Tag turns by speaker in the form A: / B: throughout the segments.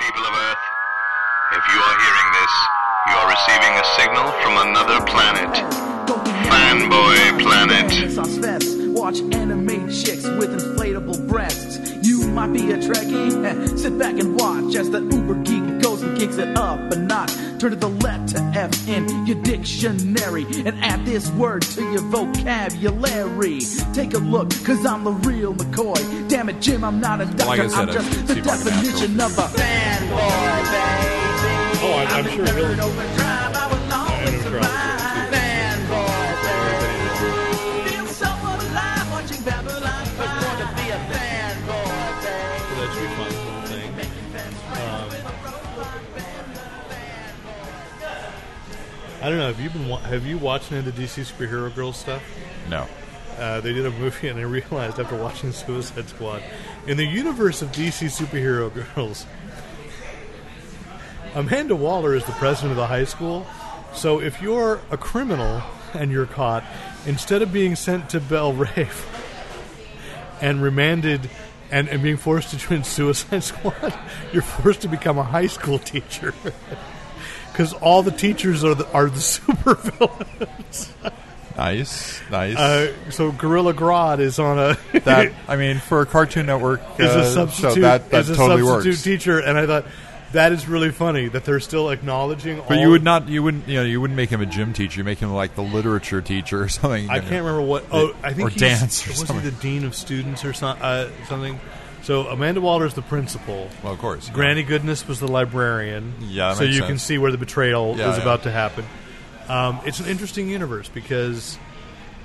A: people of Earth. If you are hearing this, you are receiving a signal from another planet. Fanboy Planet.
B: Pants off vests, watch anime chicks with inflatable breasts. You might be a Trekkie, eh, sit back and watch as the Uber geek goes and kicks it up a notch. Turn to the letter F in your dictionary and add this word to your vocabulary. Take a look, cause I'm the real McCoy. Damn it, Jim, I'm not a doctor,
C: Like I said,
B: I'm
C: I
B: just
C: should
B: the
C: see if I can
B: definition of a fanboy, baby.
D: Oh, I'm- I'm sure he'll-
B: overdrive, I will
D: I
B: always
D: am sure I'll do it,
B: survive. Fanboy, baby. Feel so alive watching Babylon 5. I want to be a fanboy, babe.
D: So that should be fun. Little thing. Um, I don't know. Have you been wa- have you watched any of the DC superhero girls stuff?
C: No.
D: Uh, they did a movie, and I realized after watching Suicide Squad, in the universe of DC superhero girls, Amanda Waller is the president of the high school. So if you're a criminal and you're caught, instead of being sent to Bell Rave and remanded and, and being forced to join Suicide Squad, you're forced to become a high school teacher. Because all the teachers are the, are the supervillains.
C: Nice, nice.
D: Uh, so Gorilla Grodd is on a
C: that I mean, for a Cartoon Network,
D: is
C: uh,
D: a
C: show,
D: substitute
C: that that
D: is a
C: totally
D: substitute
C: works.
D: teacher, and I thought that is really funny that they're still acknowledging.
C: But
D: all-
C: you would not, you wouldn't, you know, you wouldn't make him a gym teacher. You make him like the literature teacher or something.
D: I
C: you know.
D: can't remember what. Oh, I think
C: or
D: he's-
C: dance or
D: was he
C: something.
D: the dean of students or so, uh, something? So Amanda Waller's the principal.
C: Well, of course,
D: Granny Goodness was the librarian.
C: Yeah, that
D: so
C: makes
D: you
C: sense.
D: can see where the betrayal
C: Yeah,
D: is
C: yeah.
D: about to happen. Um, it's an interesting universe because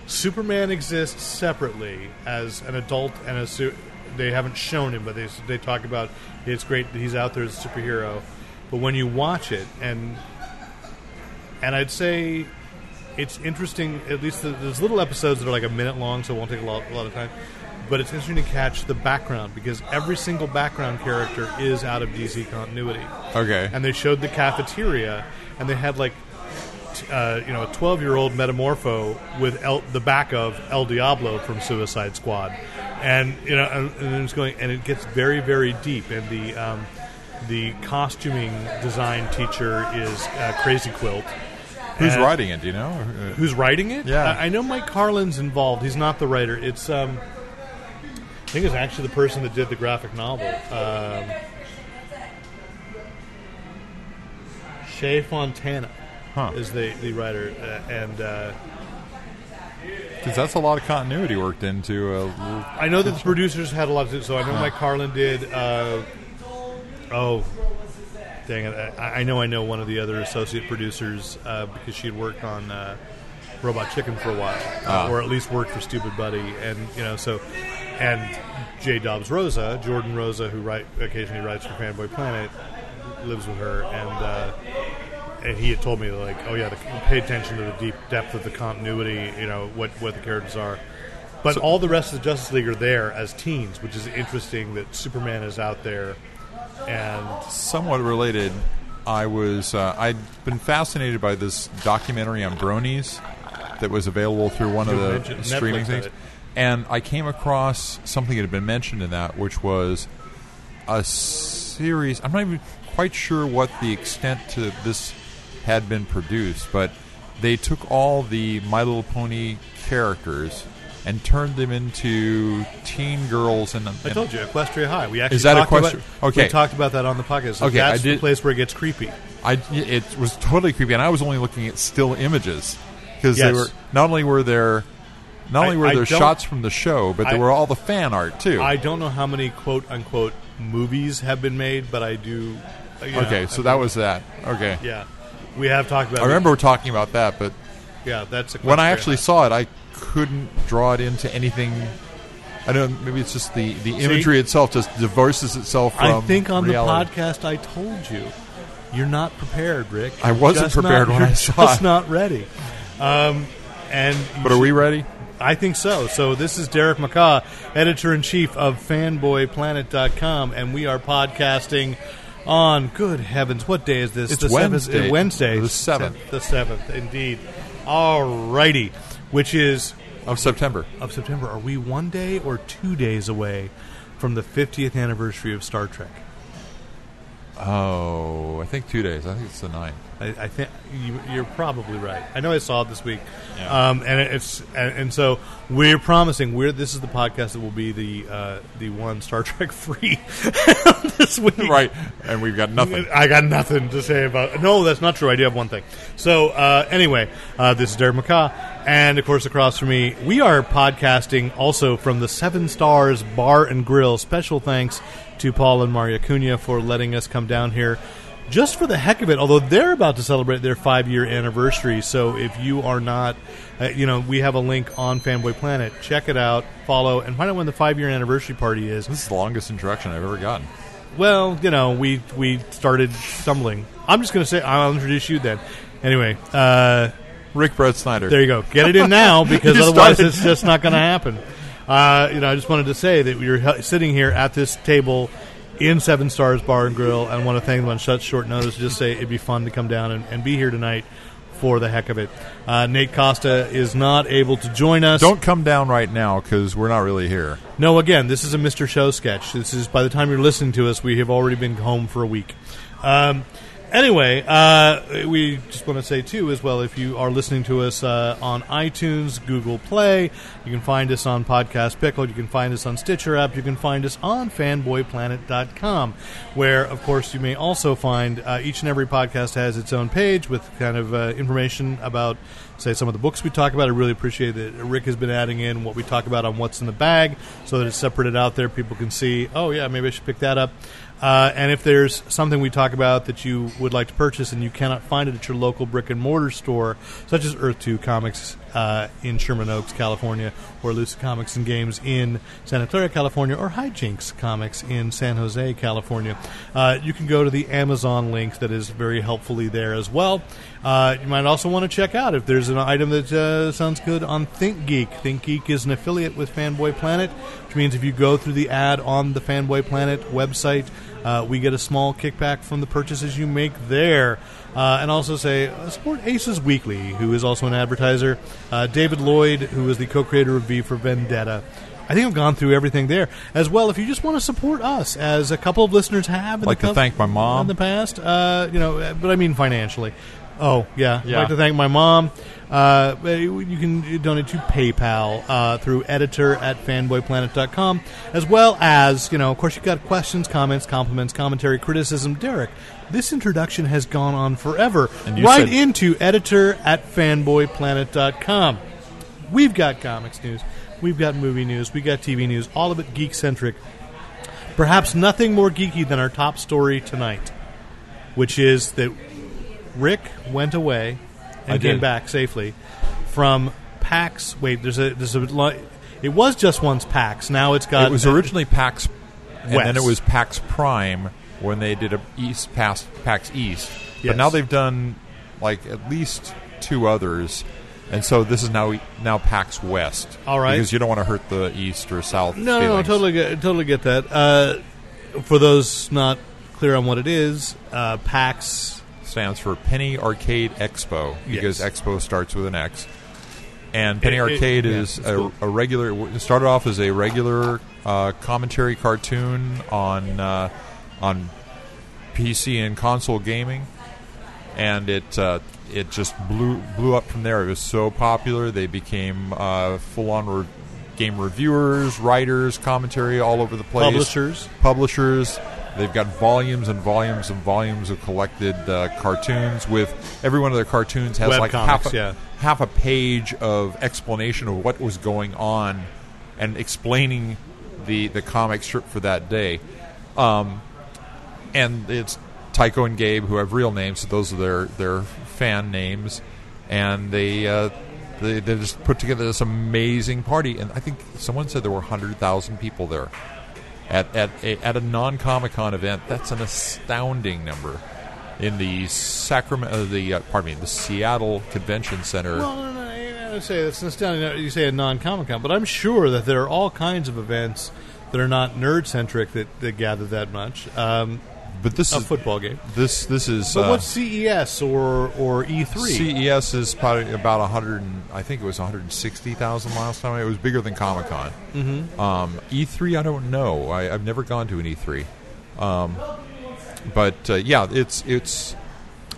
D: Superman exists separately as an adult and a su- they haven't shown him, but they they talk about it's great that he's out there as a superhero. But when you watch it, and and I'd say it's interesting. At least the, there's little episodes that are like a minute long, so it won't take a lot, a lot of time. But it's interesting to catch the background because every single background character is out of DC continuity.
C: Okay.
D: And they showed the cafeteria, and they had like, t- uh, you know, a 12 year old metamorpho with El, the back of El Diablo from Suicide Squad, and you know, and, and it's going, and it gets very, very deep, and the. Um, the costuming design teacher is uh, Crazy Quilt.
C: Who's
D: And-
C: writing it? Do you know? Or, uh,
D: Who's writing it?
C: Yeah.
D: I, I know Mike Carlin's involved. He's not the writer. It's um, I think it's actually the person that did the graphic novel. Um, Shea Fontana
C: Uh, Huh.
D: is the the writer, uh, and uh,
C: 'cause that's a lot of continuity worked into a little
D: I know that the producers had a lot to do. So I know Mike Carlin did. Uh, oh, dang it! I, I know I know one of the other associate producers uh, because she had worked on uh, Robot Chicken for a while, uh, or at least worked for Stupid Buddy, and you know so. And J. Dobbs Rosa, Jordan Rosa, who write, occasionally writes for Fanboy Planet, lives with her, and. Uh, and he had told me like, oh yeah, the, pay attention to the deep depth of the continuity, you know what what the characters are. But all the rest of the Justice League are there as teens, which is interesting that Superman is out there, and
C: somewhat related. I was uh, I'd been fascinated by this documentary on bronies that was available through one
D: You
C: of the
D: mentioned-
C: streaming
D: Netflix had
C: things,
D: it.
C: and I came across something that had been mentioned in that, which was a series. I'm not even quite sure what the extent to this had been produced, but they took all the My Little Pony characters and turned them into teen girls and,
D: I
C: and-
D: told you Equestria High. We actually
C: Is that
D: talked
C: Equestria-
D: About,
C: okay.
D: we talked about that on the podcast. So
C: Okay, I
D: that's the
C: did-
D: place where it gets creepy.
C: I it was totally creepy, and I was only looking at still images because
D: Yes.
C: they were not only were there not
D: I-
C: only were
D: I
C: there
D: don't-
C: shots from the show, but there
D: I-
C: were all the fan art too.
D: I don't know how many quote unquote movies have been made, but I do. you know,
C: okay, so that was that. Okay,
D: yeah. We have talked about.
C: I remember talking about that, but
D: Yeah, that's
C: when I
D: Equestria
C: actually
D: High.
C: saw it, I couldn't draw it into anything. I don't. know, Maybe it's just the the imagery itself just divorces itself from.
D: I think on
C: reality.
D: the podcast I told you you're not prepared, Rick.
C: I wasn't
D: Just not-
C: prepared when
D: you're
C: I saw
D: Just
C: it.
D: not ready. Um, and you
C: But are
D: should-
C: we ready?
D: I think so. So this is Derek McCaw, editor in chief of FanboyPlanet.com, and we are podcasting on. Good heavens, what day is this?
C: It's
D: the seventh-
C: Wednesday.
D: uh, Wednesday,
C: The seventh.
D: The seventh, indeed. All righty, which is
C: Of September.
D: of September. Are we one day or two days away from the 50th anniversary of Star Trek?
C: Oh, I think two days. I think it's the ninth.
D: I, I think you, you're probably right. I know I saw it this week,
C: Yeah.
D: um, and it's and, and so we're promising we're this is the podcast that will be the uh, the one Star Trek free this week.
C: Right, and we've got nothing.
D: I got nothing to say about. No, that's not true. I do have one thing. So uh, anyway, uh, this is Derek McCaw, and of course, across from me, we are podcasting also from the Seven Stars Bar and Grill. Special thanks to Paul and Maria Cunha for letting us come down here. Just for the heck of it, although they're about to celebrate their five-year anniversary, so if you are not, uh, you know, we have a link on Fanboy Planet. Check it out, follow, and find out when the five-year anniversary party is.
C: This is the longest introduction I've ever gotten.
D: Well, you know, we we started stumbling. I'm just going to say I'll introduce you then. Anyway, uh,
C: Rick Brad Snyder.
D: there you go. Get it in now because
C: You
D: otherwise
C: started.
D: it's just not going to happen. Uh, you know, I just wanted to say that we are he- sitting here at this table in Seven Stars Bar and Grill, and want to thank them on such short notice. Just say it'd be fun to come down and, and be here tonight for the heck of it. Uh, Nate Costa is not able to join us.
C: Don't come down right now because we're not really here.
D: No, again, this is a Mr. Show sketch. This is by the time you're listening to us, we have already been home for a week. Um, anyway, uh, we just want to say too, as well, if you are listening to us uh, on iTunes, Google Play, you can find us on Podcast Pickle, you can find us on Stitcher app, you can find us on FanboyPlanet.com, where of course you may also find uh, each and every podcast has its own page with kind of uh, information about say some of the books we talk about. I really appreciate that Rick has been adding in what we talk about on what's in the bag so that it's separated out there. People can see, oh, yeah, maybe I should pick that up. Uh, and if there's something we talk about that you would like to purchase and you cannot find it at your local brick and mortar store, such as Earth 2 Comics uh, in Sherman Oaks, California, or Lucid Comics and Games in Santa Clara, California, or Hijinks Comics in San Jose, California, uh, you can go to the Amazon link that is very helpfully there as well. Uh, you might also want to check out if there's an item that uh, sounds good on ThinkGeek. ThinkGeek is an affiliate with Fanboy Planet, which means if you go through the ad on the Fanboy Planet website, uh, we get a small kickback from the purchases you make there. Uh, and also say uh, support Aces Weekly, who is also an advertiser. Uh, David Lloyd, who is the co-creator of V for Vendetta. I think I've gone through everything there as well. If you just want to support us, as a couple of listeners have, in
C: Like
D: the
C: to
D: cou-
C: thank my mom.
D: in the past, uh, you know, but I mean financially. Oh yeah, I'd
C: Yeah.
D: like to thank my mom. Uh, you can donate to PayPal uh, through editor at fanboyplanet.com, as well as, you know, of course, you've got questions, comments, compliments, commentary, criticism. Derek, this introduction has gone on forever.
C: And you
D: right
C: said-
D: into editor at fanboyplanet.com. We've got comics news, we've got movie news, we've got TV news, all of it geek centric. Perhaps nothing more geeky than our top story tonight, which is that Rick went away and
C: I
D: came
C: did.
D: back safely from PAX. Wait, there's a there's a li- it was just once PAX. Now it's got
C: It was originally PAX, and
D: Uh, West.
C: then it was PAX Prime when they did a East past PAX East.
D: Yes.
C: But now they've done like at least two others, and so this is now now PAX West.
D: All right.
C: because you don't want to hurt the East or South.
D: No, no, no,
C: feelings.
D: totally, get, totally get that. Uh, for those not clear on what it is, uh, PAX.
C: Stands for Penny Arcade Expo because
D: Yes.
C: Expo starts with an X. And Penny
D: It- it-
C: Arcade
D: yeah,
C: is
D: it's
C: a,
D: cool.
C: a regular. It started off as a regular uh, commentary cartoon on uh, on PC and console gaming, and it uh, it just blew blew up from there. It was so popular they became uh, full on re- game reviewers, writers, commentary all over the place.
D: Publishers.
C: publishers. They've got volumes and volumes and volumes of collected uh, cartoons. With every one of their cartoons has
D: Web
C: like
D: comics,
C: half a,
D: yeah.
C: half a page of explanation of what was going on and explaining the the comic strip for that day Um, and it's Tycho and Gabe who have real names. So those are their their fan names, and they uh, they they just put together this amazing party. And I think someone said there were hundred thousand people there at at a, at a non Comic Con event. That's an astounding number in the Sacramento, the uh, pardon me, the Seattle Convention Center.
D: Well, no, no, I I say that's astounding. You say a non-comic con, but I'm sure that there are all kinds of events that are not nerd-centric that, that gather that much. Um,
C: but this
D: a
C: is
D: football game.
C: this this is.
D: But
C: uh,
D: what's CES or or E E3?
C: E CES is probably about 100. And, I think it was 160,000 last time. It was bigger than E Comic Con. Mm-hmm. E Um, E3, I don't know. I, I've never gone to an E3. Um, But uh, yeah, it's it's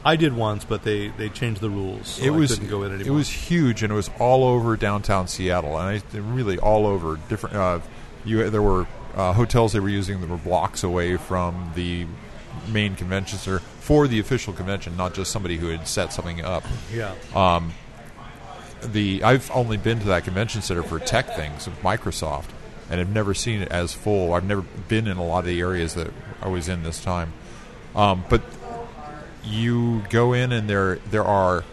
D: I did once, but they, they changed the rules. So
C: it
D: I
C: was
D: couldn't go in
C: it
D: anymore.
C: was huge and it was all over downtown Seattle and I, really all over different. Uh, you there were uh, hotels they were using that were blocks away from the main convention center for the official convention, not just somebody who had set something up.
D: yeah.
C: the I've only been to that convention center for tech things of Microsoft, and I've never seen it as full. I've never been in a lot of the areas that I was in this time. Um, but you go in and there there are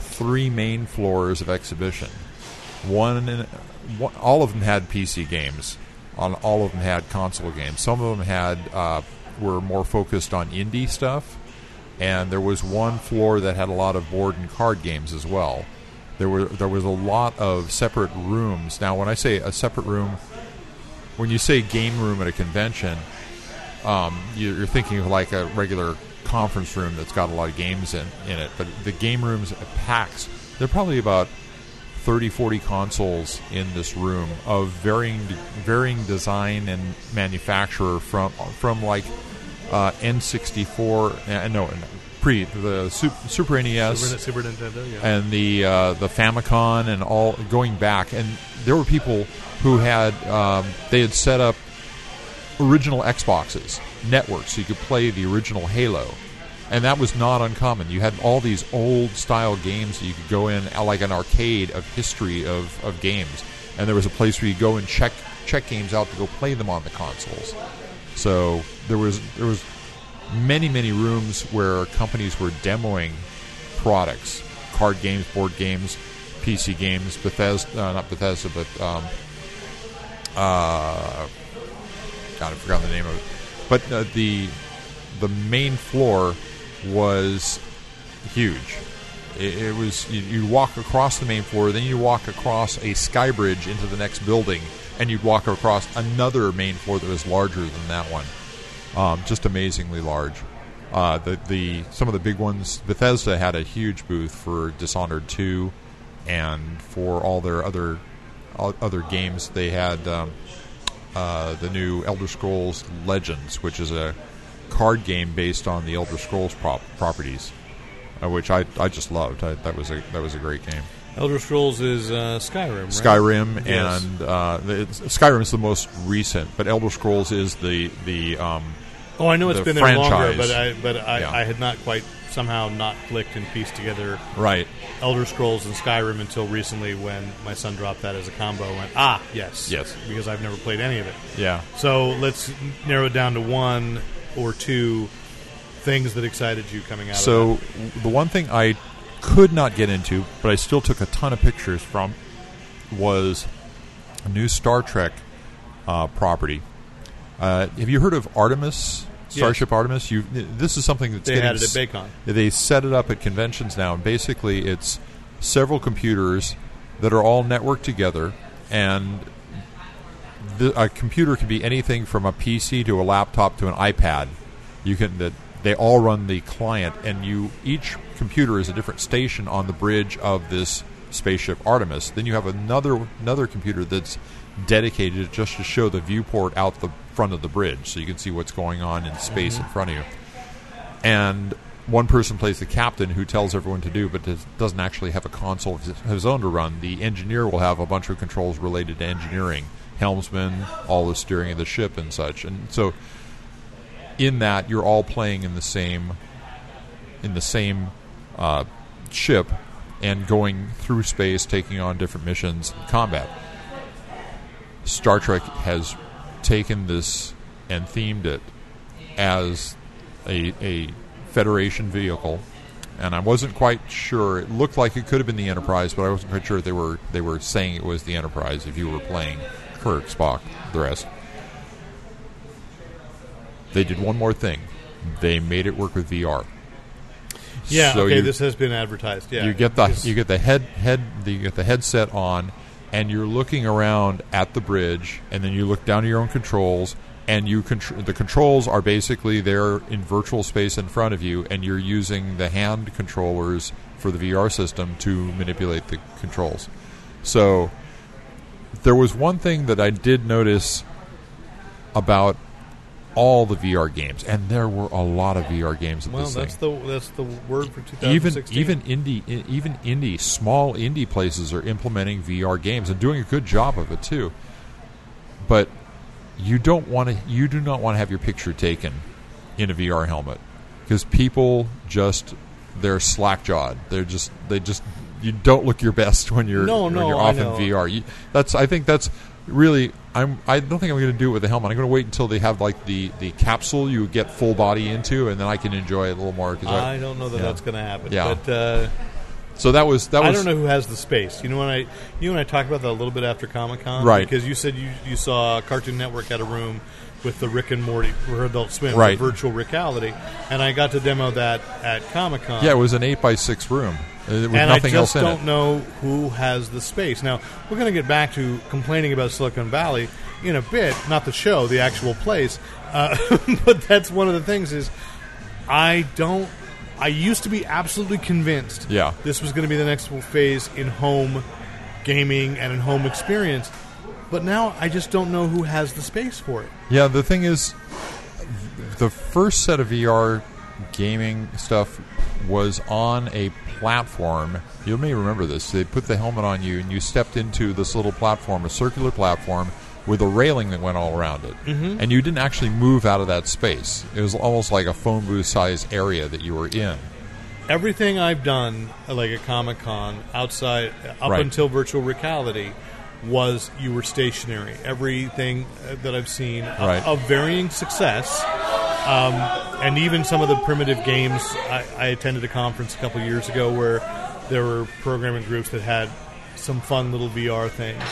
C: three main floors of exhibition. One, in, one all of them had PC games. On all of them had console games. Some of them had uh, were more focused on indie stuff, and there was one floor that had a lot of board and card games as well. There were there was a lot of separate rooms. Now, when I say a separate room, when you say game room at a convention, um, you're you're thinking of like a regular conference room that's got a lot of games in, in it. But the game rooms at PAX, there are probably about 30, 40 consoles in this room of varying varying design and manufacturer from from like uh, N64, uh, no, pre the Sup- Super E NES,
D: Super, E Super Nintendo. Yeah.
C: and the uh, the Famicom and all going back, and there were people who had um, they had set up original Xboxes networks so you could play the original Halo, and that was not uncommon. You had all these old style games that you could go in uh, like an arcade of history of, of games, and there was a place where you go and check check games out to go play them on the consoles. So there was there was many many rooms where companies were demoing products, card games, board games, PC games, Bethesda uh, not Bethesda but um, uh, God, I forgot the name of it. But uh, the the main floor was huge. It, it was you, you walk across the main floor, then you walk across a sky bridge into the next building, and you'd walk across another main floor that was larger than that one. Um, just amazingly large. Uh, the the some of the big ones. Bethesda had a huge booth for Dishonored two, and for all their other all, other games they had. Um, uh, the new Elder Scrolls Legends, which is a card game based on the Elder Scrolls prop- properties, uh, which I, I just loved. I, that was a that was a great game.
E: Elder Scrolls is uh, Skyrim. Right?
C: Skyrim
E: Yes.
C: and uh, the, it's, Skyrim is the most recent, but Elder Scrolls is the the um,
D: Oh, I know it's
C: the
D: been there longer,
C: franchise.
D: but I but I,
C: Yeah.
D: I had not quite somehow not clicked and pieced together
C: right.
D: Elder Scrolls and Skyrim until recently when my son dropped that as a combo. And went ah yes
C: Yes.
D: because I've never played any of it.
C: Yeah,
D: So let's narrow it down to one or two things that excited you coming out.
C: So
D: of
C: the one thing I could not get into, but I still took a ton of pictures from, was a new Star Trek uh, property. Uh, have you heard of Artemis? Starship Artemis. You. This is something that's
D: They
C: getting
D: had it at
C: s-
D: Bacon.
C: They set it up at conventions now, and basically it's several computers that are all networked together, and the, a computer can be anything from a PC to a laptop to an iPad. You can that they all run the client, and you each computer is a different station on the bridge of this spaceship Artemis. Then you have another another computer that's dedicated just to show the viewport out the front of the bridge, so you can see what's going on in space
D: Mm-hmm.
C: in front of you and one person plays the captain who tells everyone to do, but does, doesn't actually have a console of his- his own to run. The engineer will have a bunch of controls related to engineering, helmsman, all the steering of the ship, and such. And so, in that, you're all playing in the same in the same uh, ship and going through space, taking on different missions, in combat. Star Trek has taken this and themed it as a, a Federation vehicle, and I wasn't quite sure. It looked like it could have been the Enterprise, but I wasn't quite sure if they were they were saying it was the Enterprise. If you were playing Kirk, Spock, the rest, they did one more thing. They made it work with VR.
D: it. yeah
C: so
D: okay
C: you-
D: this has been advertised yeah
C: You get the
D: It's-
C: you get the head head the, you get the headset on, and you're looking around at the bridge, and then you look down at your own controls, and you contr- the controls are basically there in virtual space in front of you, and you're using the hand controllers for the VR system to manipulate the controls. So there was one thing that I did notice about all the VR games, and there were a lot of VR games at
D: Well,
C: this
D: that's
C: thing. E-,
D: the that's the word for 2016.
C: even even indie i- even indie small indie places are implementing VR games and doing a good job of it too. But you don't want to you do not want to have your picture taken in a VR helmet because people just they're slackjawed. They're just they just you don't look your best when you're
D: No,
C: when
D: no,
C: you're
D: I
C: off in
D: know.
C: VR. You, that's I think that's really I'm I don't think I'm going to do it with the helmet. I'm going to wait until they have like the the capsule you get full body into and then I can enjoy it a little more 'cause
D: I don't know that
C: Yeah.
D: that's going to happen.
C: Yeah.
D: But uh,
C: so that was that was
D: I don't know who has the space. You know when I you and I talked about that a little bit after Comic Con,
C: Right.
D: Because you said you you saw Cartoon Network had a room with the Rick and Morty for Adult Swim,
C: Right.
D: the virtual reality, and I got to demo that at Comic Con.
C: Yeah, it was an eight by six room uh, with
D: and
C: nothing
D: I just
C: else in
D: don't
C: it.
D: know who has the space. Now we're going to get back to complaining about Silicon Valley in a bit, not the show, the actual place. Uh, but that's one of the things is I don't. I used to be absolutely convinced.
C: Yeah.
D: this was going to be the next phase in home gaming and in home experience. But now I just don't know who has the space for it.
C: Yeah, the thing is, the first set of VR gaming stuff was on a platform. You may remember this. They put the helmet on you, and you stepped into this little platform, a circular platform with a railing that went all around it, mm-hmm. and you didn't actually move out of that space. It was almost like a phone booth size area that you were in.
D: everything I've done, like at Comic Con, outside up
C: Right.
D: until virtual reality, was you were stationary. Everything uh, that I've seen uh,
C: Right.
D: of varying success, um, and even some of the primitive games. I, I attended a conference a couple years ago where there were programming groups that had some fun little VR things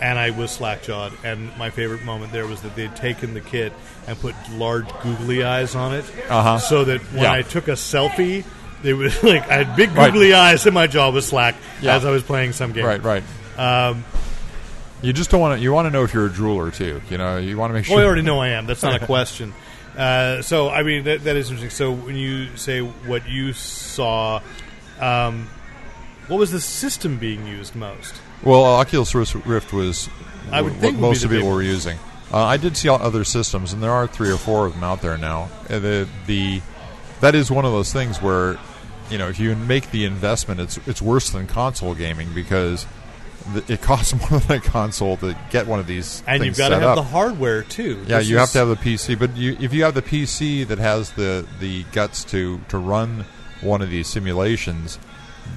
D: and I was slackjawed. And my favorite moment there was that they'd taken the kit and put large googly eyes on it,
C: Uh-huh.
D: so that when
C: Yeah.
D: I took a selfie, they was like I had big googly eyes and my jaw was slack
C: Yeah.
D: as I was playing some game.
C: Right, right. Um, you just don't want to. You want to know if you're a drooler too. You know, you want to make sure.
D: Well, I already know I am. That's not a question. Uh, so I mean that, that is interesting. So when you say what you saw, um, what was the system being used most?
C: Well, Oculus Rift was
D: I would
C: what
D: think would be
C: most
D: the
C: of people
D: big-
C: were using. Uh, I did see all other systems, and there are three or four of them out there now. Uh, the the that is one of those things where you know if you make the investment, it's it's worse than console gaming because th- it costs more than a console to get one of these.
D: And
C: things
D: you've got to
C: set
D: have
C: up.
D: the hardware too.
C: Yeah,
D: This
C: you have
D: is-
C: to have the PC, but you, if you have the PC that has the the guts to to run one of these simulations,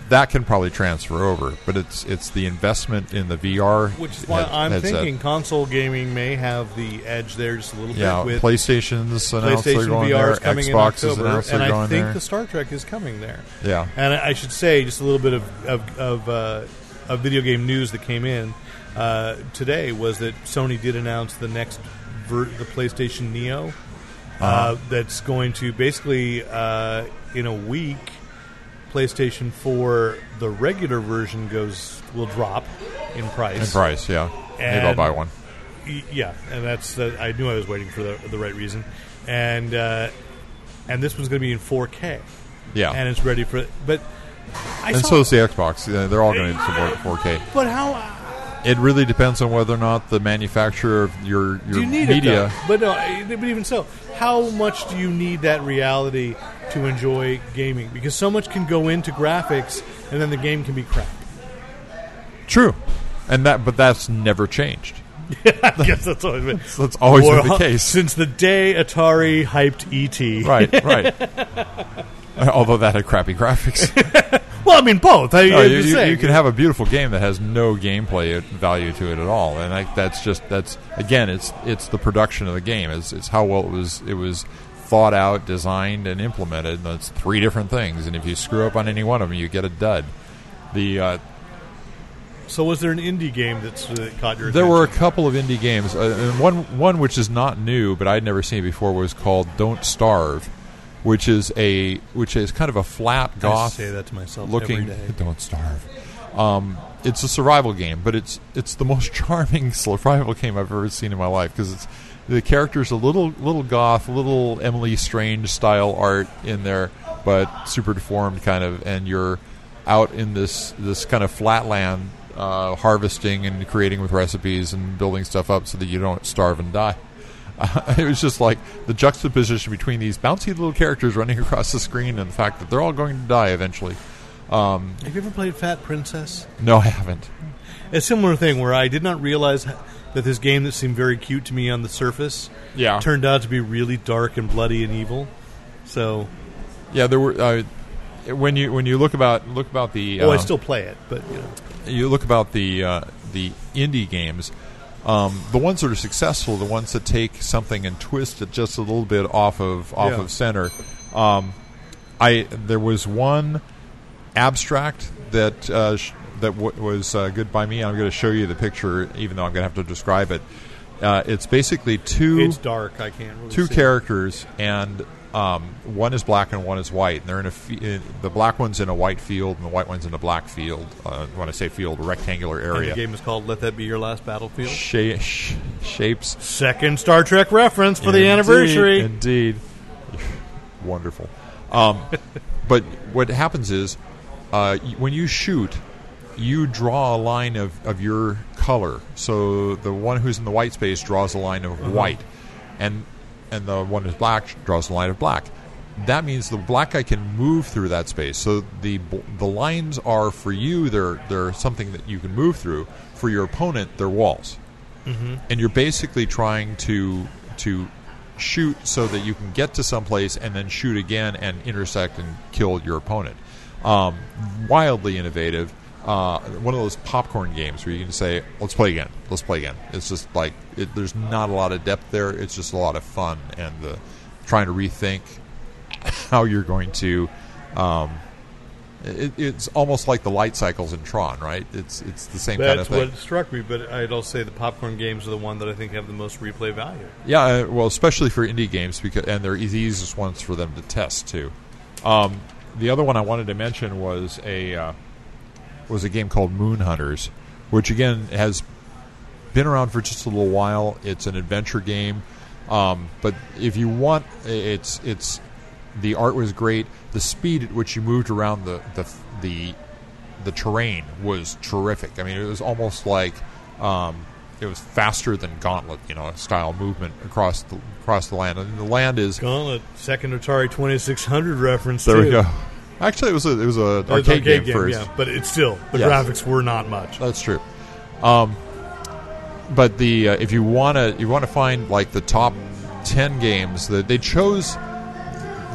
C: that can probably transfer over. But it's it's the investment in the VR,
D: Which is why
C: head-
D: I'm
C: headset.
D: thinking console gaming may have the edge there just a little
C: Yeah,
D: bit with
C: PlayStation's announced they're
D: PlayStation
C: going
D: VR
C: there.
D: is coming
C: Xbox
D: in
C: is
D: October,
C: announced they're
D: and I
C: going
D: think
C: there.
D: the Star Trek is coming there.
C: yeah,
D: And I I should say just a little bit of of, of, uh, of video game news that came in uh, today was that Sony did announce the next ver- the PlayStation Neo uh,
C: Uh-huh.
D: that's going to basically uh, in a week. PlayStation 4, the regular version goes will drop in price.
C: and price. Yeah, maybe I'll
D: And-
C: buy one.
D: Y- yeah, and that's that. I knew I was waiting for the, the right reason, and uh, and this one's going to be in 4K,
C: Yeah,
D: and it's ready for. But I
C: and
D: saw,
C: so is the Xbox. Yeah, They're all going to support 4K.
D: but how uh,
C: It really depends on whether or not the manufacturer of your your
D: do you need
C: media.
D: it? Though? But no, I- but even so, how much do you need that reality to enjoy gaming? Because so much can go into graphics, and then the game can be crap.
C: True, and that but that's never changed.
D: I guess that's always been.
C: That's always
D: Or-
C: been the case.
D: since the day Atari hyped E ET.
C: right, right. Although that had crappy graphics.
D: Well, I mean both. I,
C: No,
D: I'm
C: you,
D: just
C: you-
D: saying.
C: you can have a beautiful game that has no gameplay value to it at all, and I, that's just that's again, it's it's the production of the game. It's it's how well it was it was thought out, designed, and implemented. And that's three different things, and if you screw up on any one of them, you get a dud. The uh,
D: So, was there an indie game that's, uh, that caught your
C: There
D: attention?
C: were a couple of indie games, uh, and one one which is not new, but I'd never seen it before was called "Don't Starve," which is a which is kind of a flat goth
D: say that to myself
C: looking.
D: every day.
C: Don't starve. Um, it's a survival game, but it's it's the most charming survival game I've ever seen in my life because it's the characters a little little goth, little Emily Strange style art in there, but super deformed kind of, and you're out in this this kind of flatland uh, harvesting and creating with recipes and building stuff up so that you don't starve and die. Uh, it was just like the juxtaposition between these bouncy little characters running across the screen and the fact that they're all going to die eventually.
D: Have you ever played Fat Princess?
C: No, I haven't.
D: A similar thing where I did not realize h- that this game that seemed very cute to me on the surface
C: Yeah.
D: turned out to be really dark and bloody and evil. So,
C: Yeah, there were. Uh, when you when you look about look about the
D: oh, I
C: uh,
D: still play it, but you know,
C: you look about the uh, the indie games, um, the ones that are successful, the ones that take something and twist it just a little bit off of off
D: Yeah.
C: of center. Um, I there was one abstract that uh, sh- that w- was uh, good by me. I'm going to show you the picture, even though I'm going to have to describe it. Uh, it's basically two
D: it's dark. I can't really
C: two
D: see.
C: characters, and um, one is black and one is white. And they're in a fe- in, the black one's in a white field, and the white one's in a black field. Uh, when I say field, a rectangular
D: And the
C: area.
D: game is called "Let That Be Your Last Battlefield."
C: Sha- sh- shapes
D: Second Star Trek reference for the
C: Indeed,
D: anniversary.
C: Indeed, wonderful. Um, but what happens is uh, y- when you shoot, you draw a line of, of your color. So the one who's in the white space draws a line of
D: Uh-huh.
C: white, and and the one who's black draws a line of black. That means the black guy can move through that space. So the bl- the lines are for you. They're they're something that you can move through. For your opponent, they're walls and you're basically trying to to shoot so that you can get to someplace and then shoot again and intersect and kill your opponent. Um, wildly innovative. Uh, one of those popcorn games where you can say, "Let's play again. Let's play again." It's just like it, there's not a lot of depth there. It's just a lot of fun and the trying to rethink how you're going to. Um, it, it's almost like the light cycles in Tron, right? It's it's the same kind of
D: That's
C: thing.
D: what struck me, but I'd also say the popcorn games are the one that I think have the most replay value.
C: Yeah, uh, well, especially for indie games because and they're the easiest ones for them to test too. Um, the other one I wanted to mention was a uh, was a game called Moon Hunters, which again has been around for just a little while. It's an adventure game, um, but if you want, it's it's the art was great. The speed at which you moved around the the the, the terrain was terrific. I mean, it was almost like um, it was faster than Gauntlet, you know, style movement across the across the land. And the land is
D: Gauntlet, second Atari 2600 reference.
C: there.
D: too.
C: We go. Actually, it was a it was a arcade,
D: It was an
C: game, first.
D: yeah, but it's still the
C: Yes.
D: graphics were not much.
C: That's true. Um, but the uh, if you wanna you wanna find like the top ten games that they chose,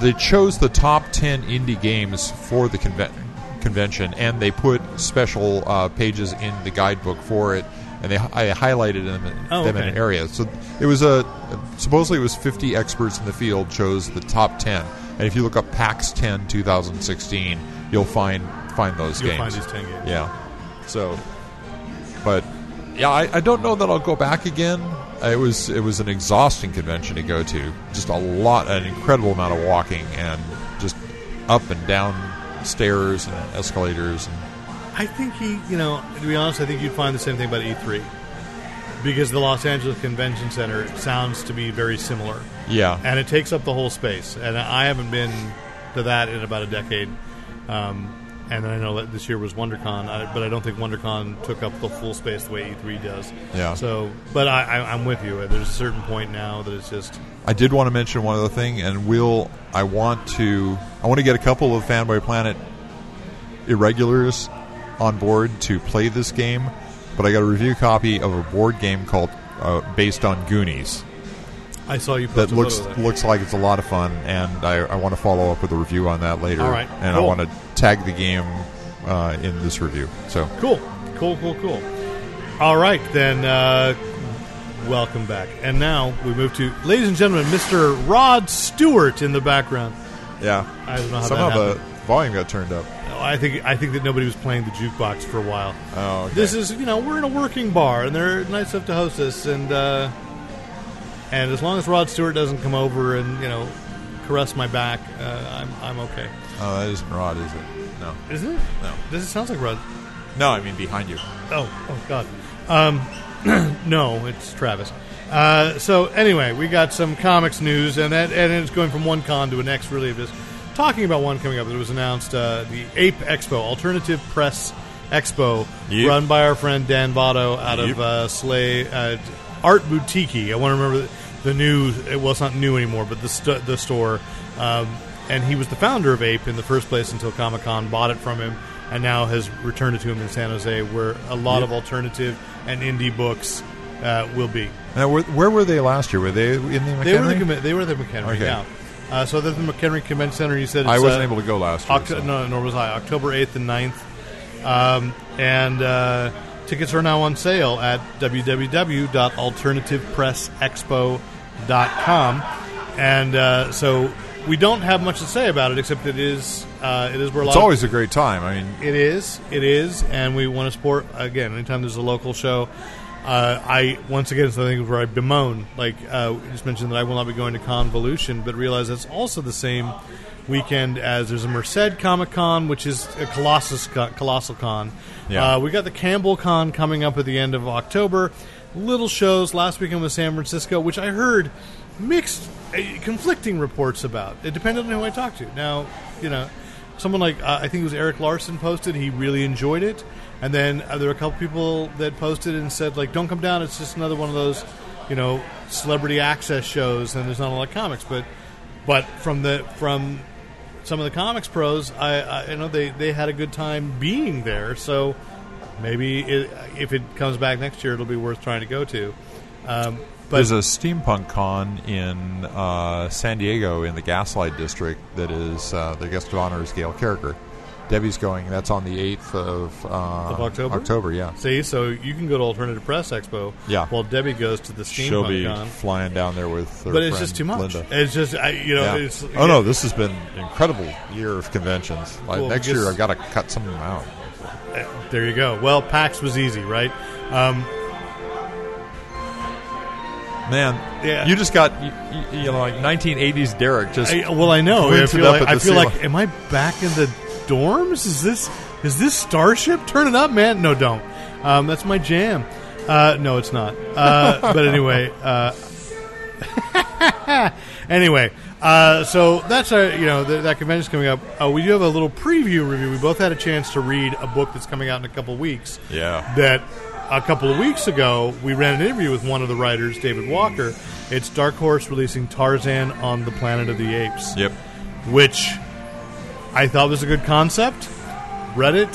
C: they chose the top ten indie games for the conven- convention, and they put special uh, pages in the guidebook for it, and they I highlighted them in,
D: Oh,
C: them in
D: okay.
C: an area. So it was a supposedly it was fifty experts in the field chose the top ten, and if you look up PAX 10 2016, you'll find find those
D: You'll
C: games.
D: find these 10 games.
C: Yeah. So, but yeah, I, I don't know that I'll go back again. Uh, It was it was an exhausting convention to go to. Just a lot, an incredible amount of walking and just up and down stairs and escalators. And,
D: I think he, you know, to be honest, I think you'd find the same thing about E3 because the Los Angeles Convention Center sounds to me very similar,
C: yeah,
D: and it takes up the whole space. And I haven't been to that in about a decade. Um, and I know that this year was WonderCon, I, but I don't think WonderCon took up the full space the way E3 does.
C: Yeah.
D: So, but I, I, I'm with you. There's a certain point now that it's just
C: I did want to mention one other thing, and will I want to I want to get a couple of Fanboy Planet irregulars on board to play this game, but I got a review copy of a board game called uh, based on Goonies.
D: I saw you post
C: that
D: a
C: looks
D: photo of that.
C: looks like it's a lot of fun, and I, I want to follow up with a review on that later.
D: All right,
C: and I
D: cool.
C: want to tag the game uh, in this review. So
D: Cool, cool, cool, cool. All right, then. Uh, welcome back. And now we move to, ladies and gentlemen, Mr. Rod Stewart in the background.
C: yeah,
D: I don't know how
C: somehow
D: that
C: the
D: happened.
C: volume got turned up.
D: No, Oh, I think I think that nobody was playing the jukebox for a while.
C: Oh, okay.
D: This is, you know, we're in a working bar, and they're nice enough to host us, and uh, and as long as Rod Stewart doesn't come over and you know caress my back, uh, I'm I'm okay.
C: Oh, that isn't Rod, is it? No,
D: Isn't it?
C: No.
D: This sounds like Rod.
C: no, I mean behind you.
D: Oh, oh God. Um, no, it's Travis. Uh, so anyway, we got some comics news, and that and it's going from one con to the next. Really, of this talking about one coming up that was announced, uh, the Ape Expo, Alternative Press Expo,
C: Yep.
D: run by our friend Dan Votto out
C: Yep.
D: of uh, Slay uh, Art Boutique. I want to remember. that the new well, it's not new anymore, but the st- the store. Um, and he was the founder of Ape in the first place until Comic Con bought it from him, and now has returned it to him in San Jose, where a lot of alternative and indie books uh, will be.
C: Now, where, where were they last year? Were they in the McHenry?
D: They were the commi- they were the McHenry.
C: Okay.
D: Yeah. Uh, so there's the McHenry Convention Center. You said it's,
C: I wasn't
D: uh,
C: able to go last year.
D: Oct-
C: so.
D: no, nor was I. October 8th and 9th. Um, and uh, tickets are now on sale at www.alternativepressexpo.com. And uh, so we don't have much to say about it, except it is uh, it is where a lot
C: It's
D: of-
C: always a great time. I mean,
D: it is. It is, and we want to support again. Anytime there's a local show, uh, I once again something where I bemoan, like uh, we just mentioned that I will not be going to Convolution, but realize that's also the same weekend as there's a Merced Comic Con, which is a Colossus co- Colossal Con.
C: Yeah.
D: Uh, we got the Campbell Con coming up at the end of October. Little shows. Last weekend was San Francisco, which I heard mixed, uh, conflicting reports about. It depended on who I talked to. Now, you know, someone like uh, I think it was Eric Larson posted he really enjoyed it, and then uh, there were a couple people that posted and said like, "Don't come down. It's just another one of those, you know, celebrity access shows, and there's not a lot of comics." But, but from the from some of the comics pros, I, I you know they, they had a good time being there. So maybe it, if it comes back next year, it'll be worth trying to go to. Um, but
C: there's a steampunk con in uh, San Diego in the Gaslight District that is uh, the guest of honor is Gail Carricker. Debbie's going. That's on the eighth of, uh,
D: Of October?
C: October, yeah.
D: see, so you can go to Alternative Press Expo.
C: Yeah.
D: While Debbie goes to the
C: She'll be
D: Steampunk Con.
C: flying down there with. Her
D: But it's
C: friend,
D: just too much.
C: Linda.
D: It's just I, you know.
C: Yeah.
D: It's,
C: oh no, this has been an incredible year of conventions. Like
D: Well,
C: next
D: because-
C: year, I've got to cut some of them out.
D: There you go. Well, PAX was easy, right? Um,
C: Man,
D: Yeah.
C: you just got you, you- you know like 1980s Derek just
D: I, well, I know. I
C: Rinse it
D: feel
C: up
D: like
C: at
D: I
C: the
D: feel
C: sea
D: like.
C: level.
D: Am I back in the dorms? Is this is this Starship? Turn it up, man. No, don't. Um, that's my jam. Uh, no, it's not. Uh, but anyway, uh, anyway. Uh, so that's our you know th- that convention's coming up. Uh, we do have a little preview review. We both had a chance to read a book that's coming out in a couple weeks
C: yeah.
D: that a couple of weeks ago we ran an interview with one of the writers, David Walker. It's Dark Horse releasing Tarzan on the Planet of the Apes,
C: Yep.
D: which I thought was a good concept. Read it,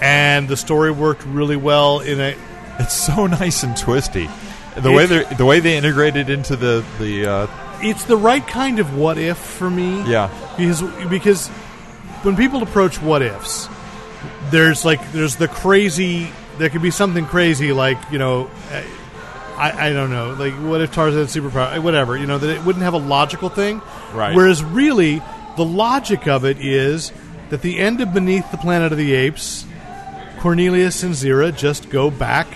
D: and the story worked really well in a.
C: It's so nice and twisty. The way they the way they integrated into the the uh,
D: It's the right kind of what if for me.
C: Yeah.
D: because because when people approach what ifs, there's like there's the crazy. There could be something crazy like you know I, I don't know. Like, what if Tarzan had superpower? Whatever. You know, that it wouldn't have a logical thing.
C: Right.
D: Whereas, really, the logic of it is that the end of Beneath the Planet of the Apes, Cornelius and Zira just go back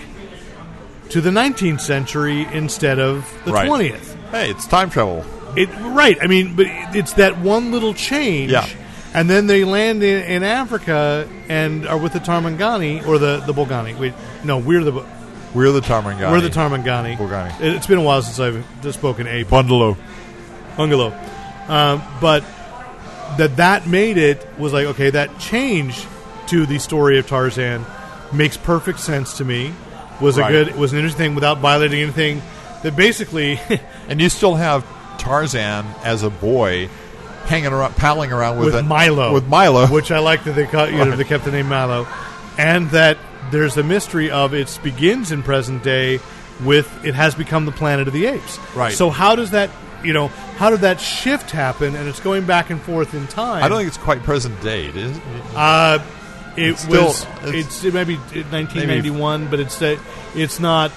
D: to the 19th century instead of the
C: Right.
D: 20th.
C: hey, it's time travel.
D: It, right. I mean, but it's that one little change.
C: Yeah.
D: And then they land in, in Africa and are with the Tarmangani or the, the Bolgani. Wait, no, we're the. Bo-
C: We're the Tarmangani.
D: we're the Tarmangani.
C: Bulgari.
D: It, it's been a while since I've just spoken ape.
C: Bundalo.
D: Bungalow. Um, but that that made it was like, okay, that change to the story of Tarzan makes perfect sense to me. Was
C: Right.
D: a good, was an interesting thing without violating anything that basically
C: And you still have Tarzan as a boy hanging around, palling around with,
D: with,
C: an-
D: Milo.
C: With Milo.
D: which I like that they caught, you know, they kept the name Milo, and that there's a mystery of it begins in present day with it has become the planet of the apes.
C: Right.
D: So how does that you know how did that shift happen? And it's going back and forth in time.
C: I don't think it's quite present day. it Is
D: Uh, it
C: It's still-
D: was.
C: it's-
D: It's, it might be 1991, but it's that it's not.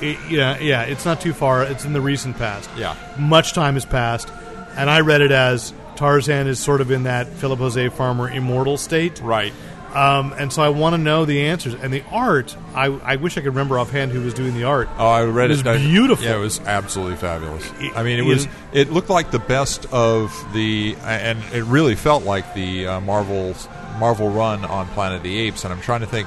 D: It, yeah, yeah, it's not too far. It's in the recent past.
C: Yeah.
D: much time has passed, and I read it as Tarzan is sort of in that Philip Jose Farmer immortal state,
C: right.
D: um, and so I want to know the answers and the art. I, I wish I could remember offhand who was doing the art.
C: Oh, I read
D: It was
C: I-
D: beautiful.
C: Yeah, it was absolutely fabulous.
D: It-
C: I mean, it
D: it-
C: was. It looked like the best of the, and it really felt like the uh, Marvel Marvel run on Planet of the Apes. And I'm trying to think.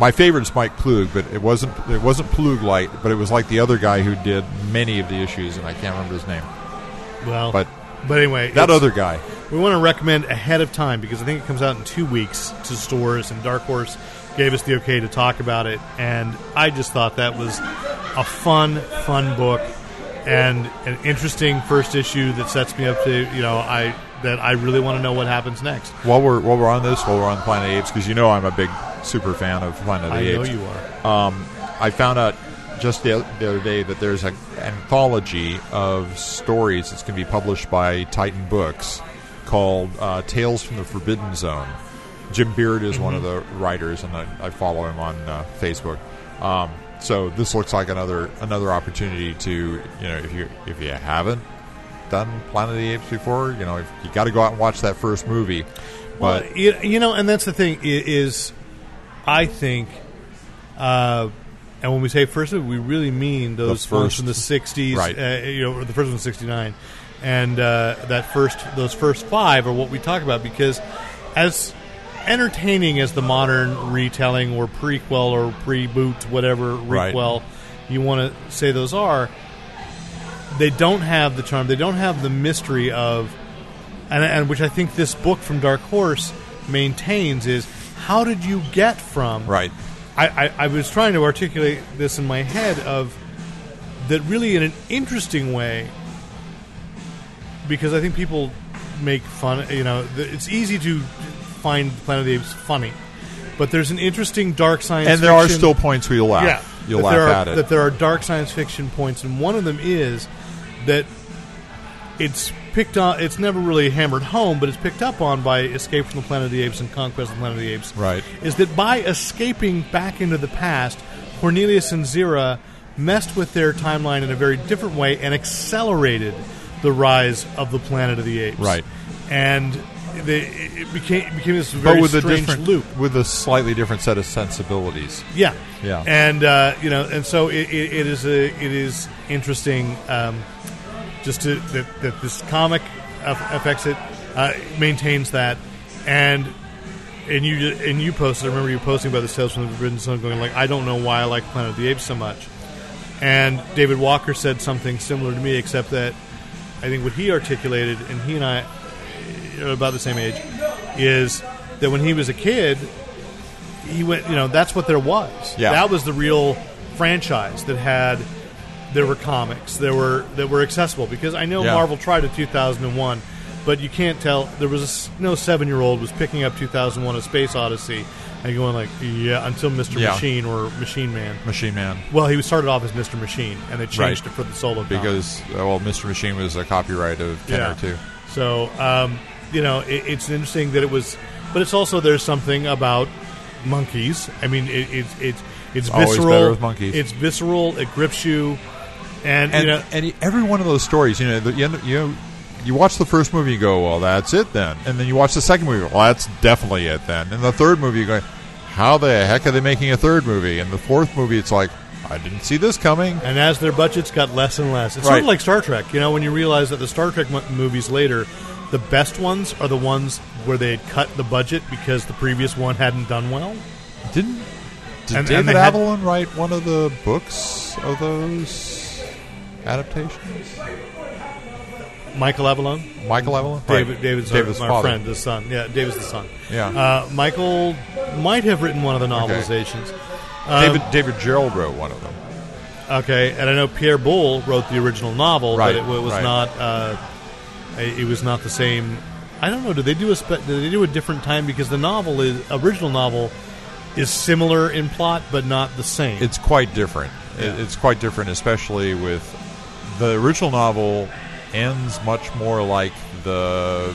C: My favorite is Mike Plug, but it wasn't. It wasn't Plug light, but it was like the other guy who did many of the issues, and I can't remember his name.
D: well,
C: but-
D: but anyway,
C: That
D: it's-
C: other guy.
D: We want to recommend ahead of time because I think it comes out in two weeks to stores, and Dark Horse gave us the okay to talk about it. And I just thought that was a fun, fun book. and an interesting first issue that sets me up to you know I that I really want to know what happens next.
C: While we're while we're on this, while we're on Planet of the Apes, because you know I'm a big super fan of Planet of the
D: I
C: Apes.
D: know you are.
C: Um, I found out just the, the other day that there's an anthology of stories that's going to be published by Titan Books called uh, Tales from the Forbidden Zone. Jim Beard is one of the
D: Mm-hmm.
C: writers, and I, I follow him on uh, Facebook. Um, so this looks like another another opportunity to you know if you if you haven't done Planet of the Apes before, you know if, you got to go out and watch that first movie. But
D: well, you, you know, and that's the thing i- is, I think, uh, and when we say first movie, we really mean those ones
C: first.
D: from the '60s,
C: Right.
D: uh, you know, or the first one '69, and uh, that first those first five are what we talk about because as entertaining as the modern retelling or prequel or pre-boot whatever
C: Right.
D: requel you want to say those are they don't have the charm. They don't have the mystery of, and, and which I think this book from Dark Horse maintains is how did you get from
C: right,
D: I, I, I was trying to articulate this in my head of that really in an interesting way because I think people make fun. You know, th- it's easy to find Planet of the Apes funny, but there's an interesting dark science
C: and there are
D: fiction-
C: still points where you laugh.
D: yeah,
C: you
D: that
C: laugh
D: there are,
C: at it.
D: That there are dark science fiction points, and one of them is that it's picked on. It's never really hammered home, but it's picked up on by Escape from the Planet of the Apes and Conquest of the Planet of the Apes.
C: Right.
D: Is that by escaping back into the past, Cornelius and Zira messed with their timeline in a very different way and accelerated the rise of the Planet of the Apes.
C: Right.
D: And they, it became it became this very
C: but with a
D: strange
C: different
D: loop.
C: with a slightly different set of sensibilities.
D: Yeah,
C: Yeah.
D: and uh, you know, and so it, it, it is a it is interesting, um, just to, that that this comic aff- affects it, uh, maintains that, and and you and you posted. I remember you posting about this Tales from the Forbidden Zone, going like, I don't know why I like Planet of the Apes so much, and David Walker said something similar to me, except that I think what he articulated, and he and I uh, are about the same age, is that when he was a kid, he went, you know, that's what there was.
C: Yeah.
D: That was the real franchise that had. There were comics. There were that were accessible because I know
C: Yeah.
D: Marvel tried in 2001, but you can't tell. There was a s no seven year old was picking up 2001: A Space Odyssey and going like, yeah, until Mr.
C: Yeah.
D: Machine or Machine Man.
C: Machine Man.
D: Well, he was started off as Mr. Machine, and they changed
C: Right.
D: it for the solo comic.
C: Because uh, well, Mr. Machine was a copyright of ten or two.
D: So um, you know, it, it's interesting that it was, but it's also there's something about monkeys. I mean, it, it's it's it's
C: Always better
D: visceral.
C: with monkeys.
D: It's visceral. It grips you, and,
C: And
D: you know,
C: and every one of those stories, you know, the, you know, you know, you watch the first movie, you go, well, that's it then, and then you watch the second movie, well, that's definitely it then, and the third movie, you go, how the heck are they making a third movie? And the fourth movie, it's like, I didn't see this coming.
D: and as their budgets got less and less, it's sort of
C: Right.
D: like Star Trek. You know, when you realize that the Star Trek mo- movies later. The best ones are the ones where they had cut the budget because the previous one hadn't done well.
C: Didn't did
D: And- and
C: David
D: they had-
C: Avalon write one of the books of those adaptations?
D: Michael Avalon,
C: Michael Avalon,
D: David,
C: Right.
D: David's,
C: David's
D: our, our
C: father.
D: friend, the son. Yeah, David's the son.
C: Yeah.
D: Uh, Michael might have written one of the novelizations. Um,
C: David David Gerald wrote one of them.
D: Okay, and I know Pierre Boulle wrote the original novel,
C: Right,
D: but it, wa- was
C: right.
D: not. Uh, it it was not the same. I don't know. Did they do a spe- did they do a different time because the novel is original novel is similar in plot but not the same.
C: It's quite different. It,
D: Yeah.
C: it's quite different, especially with the original novel ends much more like the,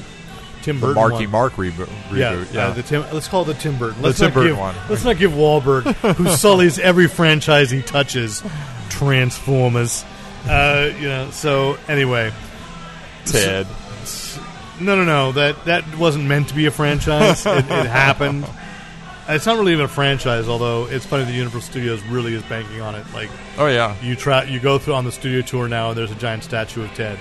D: Tim
C: the
D: Burton
C: Marky
D: one.
C: Mark rebo-
D: Yeah,
C: reboot.
D: Uh, the Tim, let's call it the Tim Burton. Let's
C: Tim
D: not
C: Burton
D: give,
C: one.
D: Let's not give Wahlberg, who sullies every franchise he touches, Transformers. Uh, you know. So anyway,
C: Ted.
D: no, no, no. That that wasn't meant to be a franchise. it, it happened. It's not really even a franchise, although it's funny that Universal Studios really is banking on it. Like
C: Oh yeah,
D: you try, you go through on the studio tour now, and there's a giant statue of Ted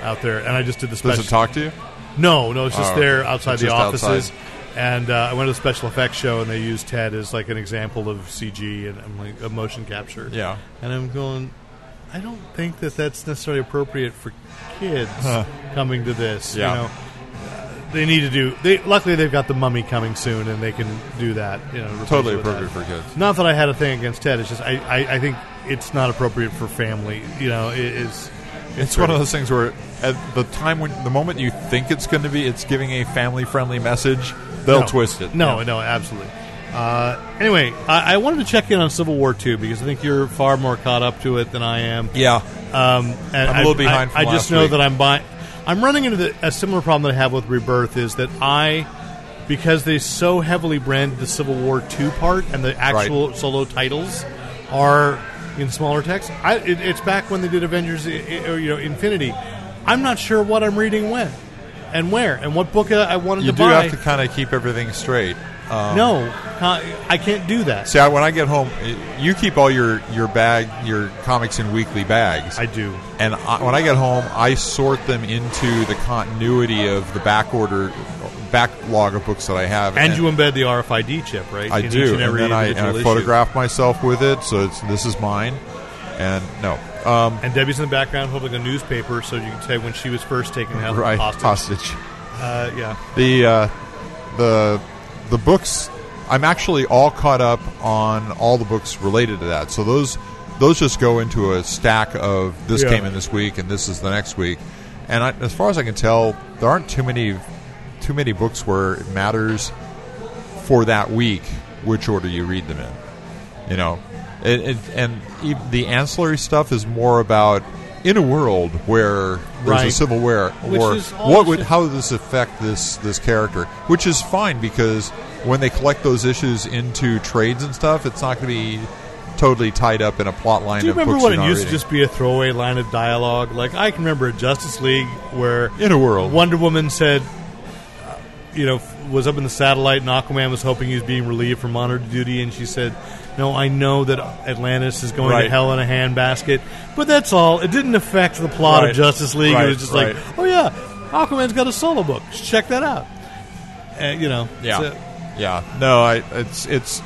D: out there. And I just did the special.
C: does it talk to you?
D: No, no, it's just
C: Oh,
D: there outside
C: it's
D: the
C: just
D: offices.
C: outside.
D: And uh, I went to the special effects show, and they used Ted as like an example of CG and um, like a motion capture.
C: Yeah.
D: and I'm going. I don't think that that's necessarily appropriate for kids coming to this.
C: Yeah.
D: You know, they need to do. They luckily they've got the Mummy coming soon, and they can do that. You know, replace
C: Totally
D: it with
C: appropriate for
D: that.
C: kids.
D: Not that I had a thing against Ted. It's just I, I, I think it's not appropriate for family. You know, it is
C: It's one of those things where at the time when the moment you think it's going to be, it's giving a family friendly message. They'll
D: No.
C: twist it.
D: No, no, absolutely. Uh, anyway, I, I wanted to check in on Civil War Two because I think you're far more caught up to it than I am.
C: Yeah.
D: Um, and
C: I'm a
D: I-
C: little behind
D: I,
C: from
D: I just
C: last
D: know
C: week.
D: that I'm buying. I'm running into the, a similar problem that I have with Rebirth is that I, because they so heavily branded the Civil War two part and the actual solo titles are in smaller text. I, it, it's back when they did Avengers, i- i- or, you know, Infinity. I'm not sure what I'm reading when, and where, and what book I I wanted
C: You
D: to
C: do
D: buy.
C: have to kind of keep everything straight. Um,
D: no, con- I can't do that.
C: See, I, when I get home, y- you keep all your, your bag, your comics in weekly bags.
D: I do.
C: and I, when I get home, I sort them into the continuity of the back order backlog of books that I have.
D: And, you embed the RFID chip, right?
C: I
D: in
C: do,
D: Each and, every
C: then I, and
D: individual
C: I
D: issue.
C: photograph myself with it, so it's, this is mine. And no, um,
D: And Debbie's in the background holding a newspaper, so you can say when she was first taken out
C: Um, right,
D: hostage.
C: hostage.
D: Uh, yeah,
C: the uh, the the books I'm actually all caught up on all the books related to that. So those those just go into a stack of this
D: Yeah.
C: came in this week and this is the next week. And I, as far as I can tell, there aren't too many too many books where it matters for that week which order you read them in. You know, it, it, and e- the ancillary stuff is more about in a world where there's a
D: Right.
C: civil war,
D: Which
C: war
D: is all
C: what would
D: shit.
C: how would this affect this this character? Which is fine because when they collect those issues into trades and stuff, it's not going to be totally tied up in a plot line.
D: do you
C: of
D: remember
C: books
D: what
C: you're
D: it
C: not
D: used to
C: reading.
D: just be a throwaway line of dialogue? Like I can remember a Justice League where
C: in a world?
D: Wonder Woman said, uh, you know, f- was up in the satellite, and Aquaman was hoping he was being relieved from honored duty, and she said, "No, I know that Atlantis is going
C: Right.
D: to hell in a handbasket, but that's all. It didn't affect the plot
C: Right.
D: of Justice League.
C: Right,
D: It was just
C: right.
D: like, oh yeah, Aquaman's got a solo book. Check that out. Uh, you know,
C: Yeah,
D: so-
C: yeah. No, I it's it's.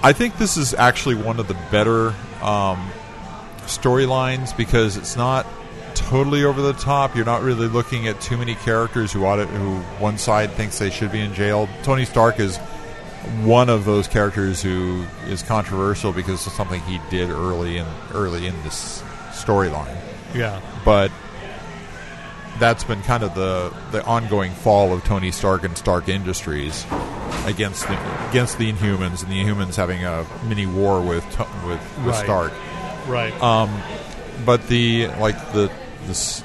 C: I think this is actually one of the better um, storylines because it's not totally over the top. You're not really looking at too many characters who ought to, who one side thinks they should be in jail. Tony Stark is one of those characters who is controversial because of something he did early in early in this storyline
D: yeah.
C: but that's been kind of the the ongoing fall of Tony Stark and Stark Industries against the, against the Inhumans and the Inhumans having a mini war with To- with, with
D: Right.
C: Stark.
D: Right.
C: Uh, But the like the the s-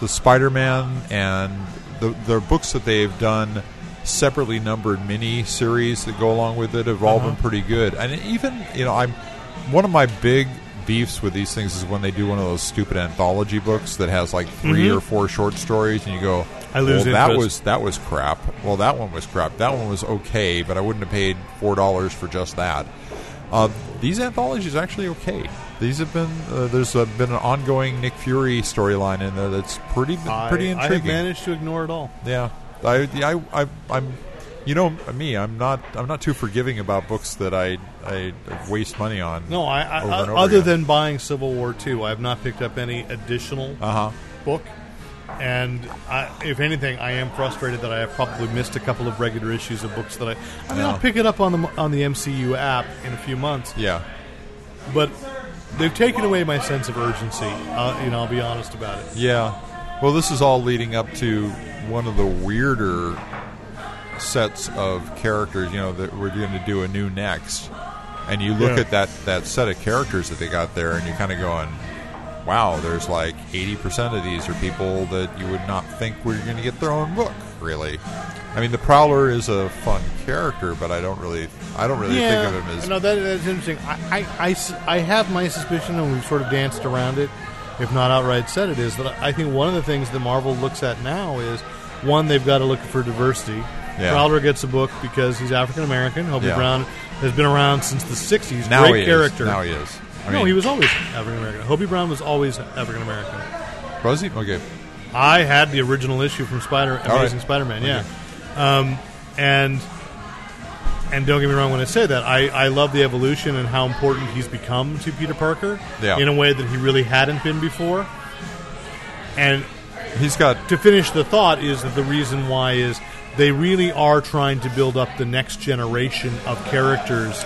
C: the Spider Man and the the books that they've done separately numbered mini series that go along with it have all
D: Uh-huh.
C: been pretty good. And even you know I'm one of my big beefs with these things is when they do one of those stupid anthology books that has like 3 or four short stories and you go
D: Mm-hmm. I lose
C: well, that
D: interest."
C: was that was crap. Well, that one was crap. That one was okay, but I wouldn't have paid four dollars for just that. Uh, these anthologies are actually okay. These have been uh, there's uh, been an ongoing Nick Fury storyline in there that's pretty pretty
D: I, I have
C: intriguing.
D: managed to ignore it all.
C: yeah, I, I, I I'm you know me I'm not I'm not too forgiving about books that I I waste money on.
D: No, I, I uh,
C: over and over
D: other
C: again.
D: than buying Civil War Two, I have not picked up any additional
C: Uh-huh.
D: book. And I, if anything, I am frustrated that I have probably missed a couple of regular issues of books that I. I mean,
C: Yeah.
D: I'll pick it up on the on the MCU app in a few months,
C: yeah
D: but they've taken away my sense of urgency. Uh, you know, I'll be honest about it.
C: yeah. Well, this is all leading up to one of the weirder sets of characters. You know that we're going to do a new next, and you look
D: Yeah.
C: at that that set of characters that they got there, and you're kind of going, "Wow, there's like 80 percent of these are people that you would not think were going to get their own book." Really, I mean, the Prowler is a fun character, but I don't really, I don't really think of him as
D: no, that, that's interesting. I, I- I s- I have my suspicion, and we've sort of danced around it, if not outright said it, is that I think one of the things that Marvel looks at now is one, they've got to look for diversity.
C: Yeah.
D: Prowler gets a book because he's African American. Hobie
C: Yeah.
D: Brown has been around since the '60s.
C: now
D: Great
C: he
D: character.
C: is. Now he is. I
D: no,
C: mean,
D: he was always African American. Hobie Brown was always African American.
C: Was he? Okay.
D: I had the original issue from Spider
C: All right.
D: Amazing Spider-Man, yeah.
C: Okay.
D: Um, and and don't get me wrong when I say that I, I love the evolution and how important he's become to Peter Parker
C: Yeah.
D: in a way that he really hadn't been before. And
C: He's got
D: to finish the thought is that the reason why is they really are trying to build up the next generation of characters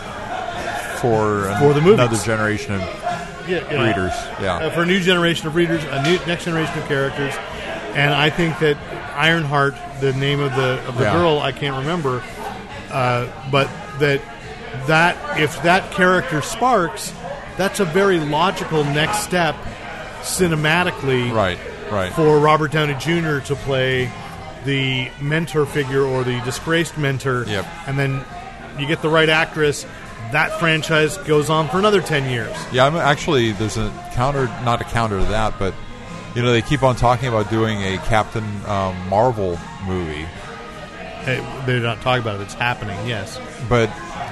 C: for,
D: For the movies.
C: another generation of
D: yeah, you know,
C: Readers, yeah.
D: uh, for a new generation of readers, a new next generation of characters, and I think that Ironheart, the name of the of the
C: Yeah.
D: girl, I can't remember, uh, but that that if that character sparks, that's a very logical next step cinematically
C: Right, right.
D: for Robert Downey Jr. to play the mentor figure or the disgraced mentor,
C: Yep.
D: and then you get the right actress. That franchise goes on for another ten years.
C: Yeah, I'm actually there's a counter, not a counter to that, but you know they keep on talking about doing a Captain um, Marvel movie,
D: Hey, they're not talking about it. It's happening. Yes,
C: but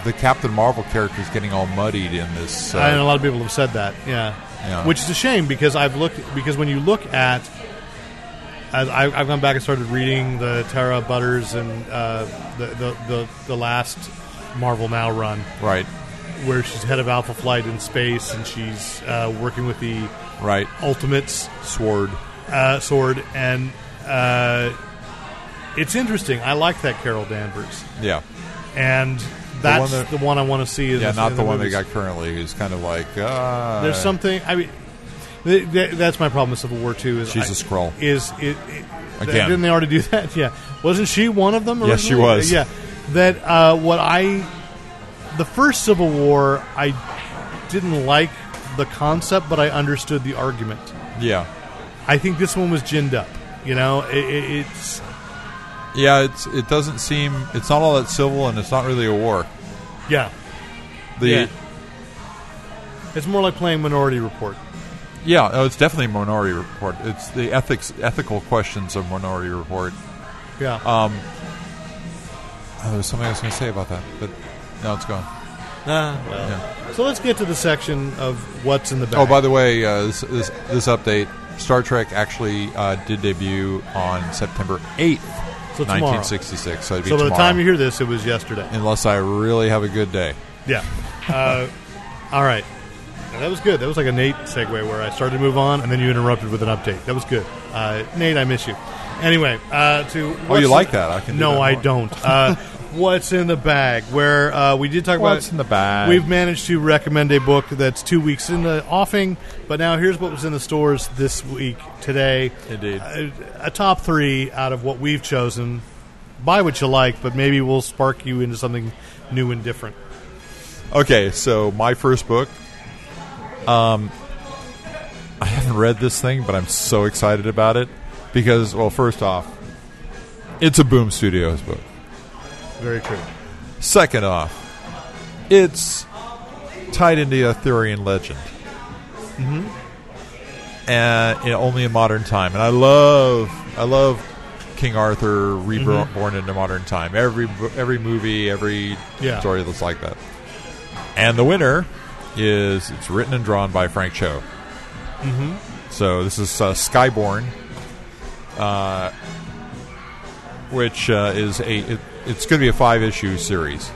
C: the Captain Marvel character is getting all muddied in this. Uh,
D: and a lot of people have said that. Yeah.
C: Yeah.
D: which is a shame because I've looked because when you look at as I, I've gone back and started reading the Tara Butters and uh, the, the the the last Marvel Now run
C: Right,
D: where she's head of Alpha Flight in space and she's uh, working with the
C: right.
D: Ultimates
C: Sword.
D: uh, sword and uh, it's interesting. I like that Carol Danvers
C: Yeah,
D: and. That's the one,
C: that-
D: I want to see. in
C: yeah.
D: the-
C: Not
D: in
C: the one they
D: movies.
C: got currently. Who's kind of like uh,
D: There's something. I mean, th- th- that's my problem with Civil War Two. Is
C: She's
D: I-
C: a Skrull.
D: Is it, it-
C: Again.
D: Didn't they already do that? Yeah. Wasn't she one of them?
C: Yes, she
D: originally?
C: was.
D: Yeah. That uh, what I the first Civil War I didn't like the concept, but I understood the argument.
C: Yeah,
D: I think this one was ginned up. You know, it, it, it's
C: yeah. It's it doesn't seem it's not all that civil, and it's not really a war.
D: yeah,
C: The
D: Yeah. it's more like playing Minority Report.
C: Yeah, oh, it's definitely Minority Report. It's the ethics, ethical questions of Minority Report.
D: Yeah.
C: Uh, Oh, there's something I was going to say about that, but now it's gone.
E: Ah,
D: so let's get to the section of what's in the bag.
C: Oh, by the way, uh, this, this this update, Star Trek actually uh, did debut on September eighth,
D: So tomorrow.
C: nineteen sixty six. So, it'd be
D: so by the
C: tomorrow,
D: time you hear this, it was yesterday.
C: unless I really have a good day.
D: Yeah. Uh, all right. Now, that was good. That was like a Nate segue where I started to move on, and then you interrupted with an update. That was good. Uh, Nate, I miss you. Anyway, uh, to
C: Oh, you
D: what's
C: like
D: in-
C: that? I can do
D: No,
C: that
D: I
C: more.
D: don't. Uh, what's in the bag? Where uh, we did talk
C: What's
D: about
C: in the bag?
D: We've managed to recommend a book that's two weeks in the offing, but now here's what was in the stores this week today.
C: Indeed.
D: a, a top three out of what we've chosen. Buy what you like, but maybe we'll spark you into something new and different.
C: Okay, so my first book. Um, I haven't read this thing, but I'm so excited about it because, well, first off, it's a Boom Studios book.
D: Very true.
C: Second off, it's tied into the Arthurian legend. Mm-hmm. And you know, only in modern time. And I love, I love King Arthur reborn born into modern time. Every bo- every movie, every
D: Yeah.
C: story that's like that. And the winner is it's written and drawn by Frank Cho. Mm-hmm. So this is uh, Skyborn, uh, which uh, is a it, it's going to be a five issue series.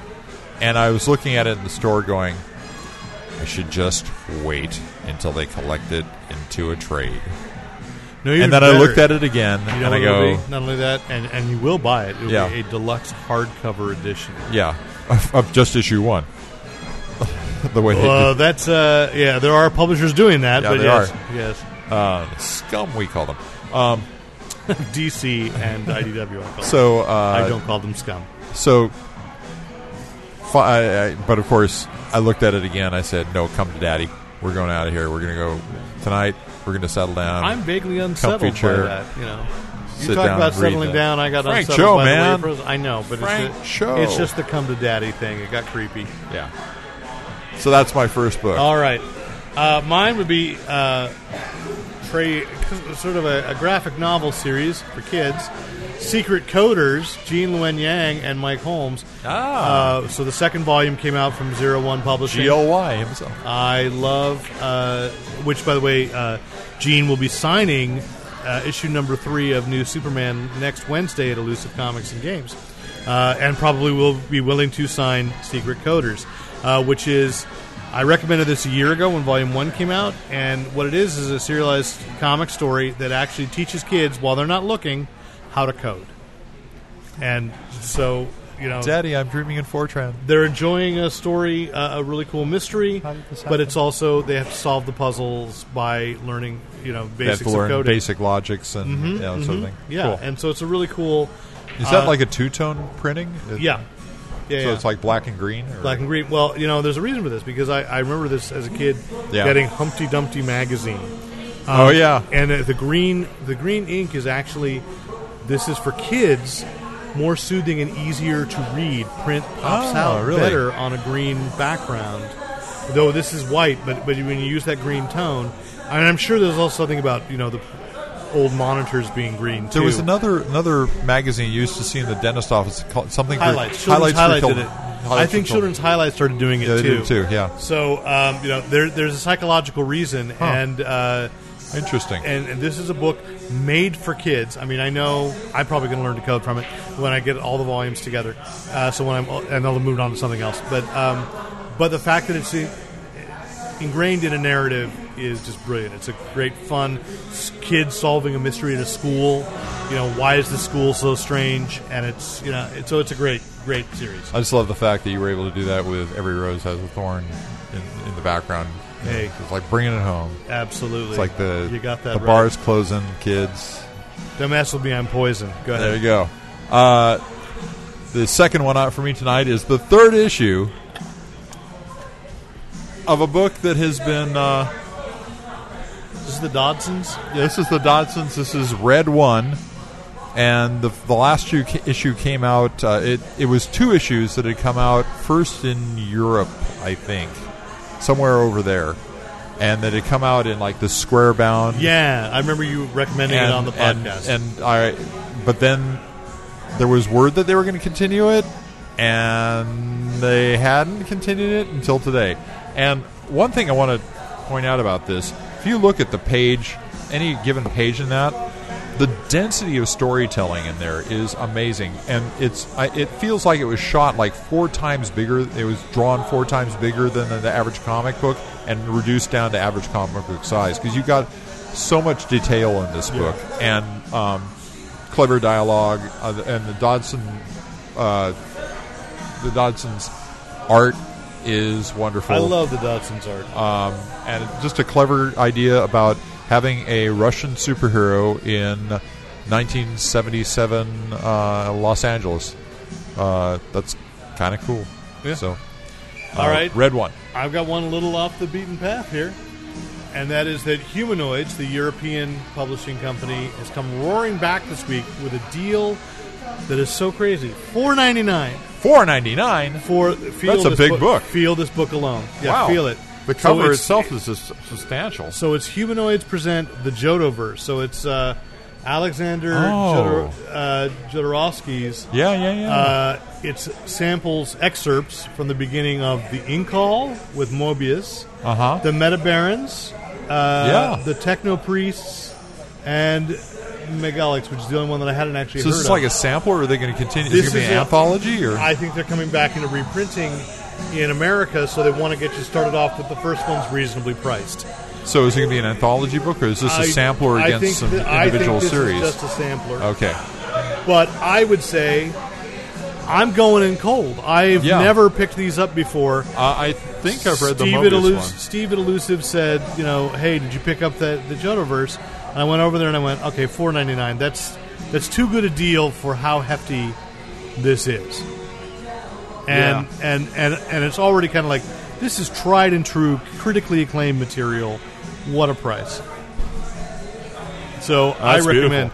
C: And I was looking at it in the store, going, I should just wait until they collect it into a trade.
D: No,
C: And then I looked at it again,
D: You
C: and
D: know
C: I
D: what it'll
C: go,
D: be? not only that, and, and you will buy it. It'll
C: Yeah.
D: be a deluxe hardcover edition.
C: yeah, of, of just issue one. the way they did
D: Well, that's uh, yeah. There are publishers doing that,
C: Yeah,
D: but
C: they
D: yes,
C: are.
D: yes,
C: uh, scum, we call them.
D: DC and IDW. I call them.
C: So uh,
D: I don't call them scum.
C: So, fi- I, I, but of course, I looked at it again. I said, "No, come to Daddy. We're going out of here. We're going to go tonight. We're going to settle down."
D: I'm vaguely unsettled by
C: chair.
D: that. You know, you
C: Sit
D: talk
C: down
D: about
C: and read
D: settling
C: that.
D: down. I got
C: Frank
D: unsettled
C: Cho,
D: by the way
C: man.
D: it was- I know, but
C: Frank
D: it's the,
C: Cho.
D: It's just the come to daddy thing. It got creepy.
C: yeah. So that's my first book.
D: All right. Uh, mine would be uh, Trey, sort of a, a graphic novel series for kids. Secret Coders, Gene Luen Yang and Mike Holmes.
C: Ah.
D: Uh, so the second volume came out from Zero One Publishing.
C: G O Y himself.
D: I love, uh, which by the way, uh, Gene will be signing uh, issue number three of New Superman next Wednesday at Elusive Comics and Games, uh, and probably will be willing to sign Secret Coders, uh, which is. I recommended this a year ago when Volume 1 came out, and what it is is a serialized comic story that actually teaches kids, while they're not looking, how to code. And so you know,
C: Daddy, I'm dreaming in Fortran.
D: they're enjoying a story, uh, a really cool mystery,
C: How did this
D: but it's
C: happen?
D: also they have to solve the puzzles by learning, you know,
C: They have
D: basics
C: to learn
D: of coding. Mm-hmm,
C: basic logics and you know, sort of thing.
D: Yeah,
C: Cool.
D: and so it's a really cool.
C: Is that
D: uh,
C: like a two tone printing? It-
D: Yeah, yeah.
C: So
D: yeah.
C: it's like black and green? Or?
D: Black and green. Well, you know, there's a reason for this because I, I remember this as a kid
C: Yeah.
D: getting Humpty Dumpty magazine.
C: Oh, yeah.
D: and uh, the green the green ink is actually this is for kids, more soothing and easier to read. Print pops
C: Ah,
D: out
C: really?
D: better on a green background, though this is white. But but when you use that green tone, and I'm sure there's also something about you know the old monitors being green too.
C: There was another another magazine you used to see in the dentist office called something for-
D: highlights. Children's
C: for
D: highlights did
C: children.
D: it.
C: Highlights
D: I
C: for
D: think
C: children.
D: children's highlights started doing it
C: Yeah, they
D: too.
C: did too, yeah.
D: So um, you know, there, there's a psychological reason, and, uh,
C: Interesting.
D: and and this is a book made for kids. I mean, I know I'm probably going to learn to code from it when I get all the volumes together. Uh, so when I'm and I'll have moved on to something else. But um, but the fact that it's in- ingrained in a narrative is just brilliant. It's a great fun s- kid solving a mystery at a school. You know, why is the school so strange? And it's you know, it's, so it's a great great series.
C: I just love the fact that you were able to do that with Every Rose Has a Thorn in, in the background.
D: Hey.
C: It's like bringing it home.
D: Absolutely,
C: It's like the
D: you got that
C: the
D: right.
C: bars closing, kids.
D: Don't mess with me, I'm poison. Go
C: There
D: ahead.
C: you go. Uh, the second one out for me tonight is the third issue of a book that has been. Uh,
D: This is the Dodsons.
C: Yeah, this is the Dodsons. This is Red One, and the the last issue, issue came out. Uh, it it was two issues that had come out first in Europe, I think, somewhere over there, and that had come out in like the square bound.
D: Yeah, I remember you recommending it on the
C: and-
D: podcast.
C: And, I, but then there was word that they were going to continue it, and they hadn't continued it until today. And one thing I want to point out about this: if you look at the page, any given page in that, the density of storytelling in there is amazing, and it's I, it feels like it was shot like four times bigger. It was drawn four times bigger than the, the average comic book, and reduced down to average comic book size because you got so much detail in this book and um, clever dialogue uh, and the Dodson uh, the Dodson's art is wonderful
D: I love the Dodsons art.
C: um, and just a clever idea about having a Russian superhero in 1977 uh, Los Angeles. Uh, that's kind of cool.
D: Yeah.
C: So, uh,
D: All right.
C: red one.
D: I've got one a little off the beaten path here, and that is that Humanoids, the European publishing company, has come roaring back this week with a deal that is so crazy. Four ninety nine
C: 4.99.
D: for feel
C: That's a
D: this
C: big
D: book-
C: book.
D: Feel this book alone. Yeah,
C: wow.
D: feel it.
C: The
D: So
C: cover
D: it's-
C: itself is sus- substantial.
D: So it's humanoids present the Jodoverse. So it's uh, Alexander
C: Oh.
D: Jodor- uh, Jodorowsky's.
C: Yeah, yeah, yeah.
D: Uh, it's samples excerpts from the beginning of the Inkall with Mobius,
C: Uh-huh.
D: the Meta Barons, uh,
C: Yeah.
D: the Techno Priests, and Megalix, which is the only one that I hadn't actually
C: so
D: heard
C: this is
D: of.
C: like a sample, or are they going to continue?
D: This
C: is it going to be
D: is
C: an
D: a-
C: anthology? or
D: I think they're coming back into reprinting in America, so they want to get you started off with the first one's reasonably priced.
C: So is it going to be an anthology book, or is this a
D: I-
C: sampler
D: I
C: against
D: think
C: some
D: that-
C: individual
D: I think this is
C: series? Uh,
D: just a sampler.
C: okay.
D: But I would say I'm going in cold. I've
C: Yeah.
D: never picked these up before.
C: Uh, I think I've read
D: Steve
C: the Mobius
D: at Elus-
C: one.
D: Steve at Elusive said, you know, hey, did you pick up the the Jodoverse? And I went over there and I went, okay, four ninety nine. That's that's too good a deal for how hefty this is. And and and and it's already kind of like this is tried and true, critically acclaimed material. What a price! So I
C: That's beautiful.
D: recommend.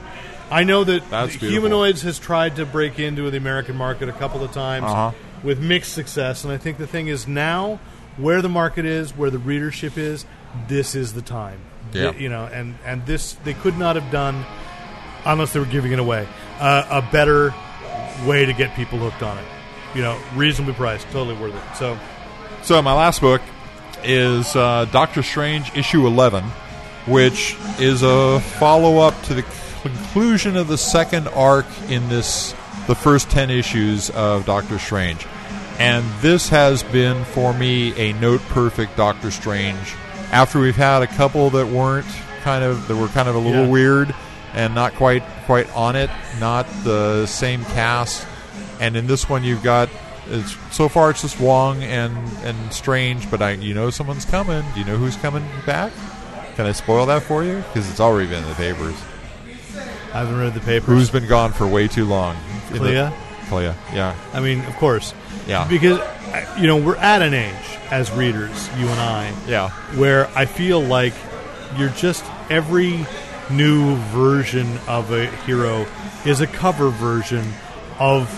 D: I know that
C: That's beautiful.
D: humanoids has tried to break into the American market a couple of times
C: Uh-huh.
D: with mixed success, and I think the thing is now where the market is, where the readership is, this is the time.
C: Yeah.
D: You know, and and this they could not have done unless they were giving it away. Uh, a better way to get people hooked on it. You know, reasonably priced, totally worth it. So
C: So my last book is uh, Doctor Strange issue eleven, which is a follow up to the conclusion of the second arc in this the first ten issues of Doctor Strange, and this has been for me a note perfect Doctor Strange. After we've had a couple that weren't kind of that were kind of a little
D: Yeah.
C: weird and not quite quite on it, not the same cast And in this one, you've got it's, so far it's just Wong and and Strange, but I you know someone's coming. Do you know who's coming back? Can I spoil that for you? Because it's already been in the papers.
D: I haven't read the papers.
C: Who's been gone for way too long? In the-
D: Clea?
C: Clea, yeah,
D: I mean, of course.
C: Yeah.
D: Because uh, you know we're at an age as readers, you and I,
C: yeah.
D: where I feel like you're just every new version of a hero is a cover version of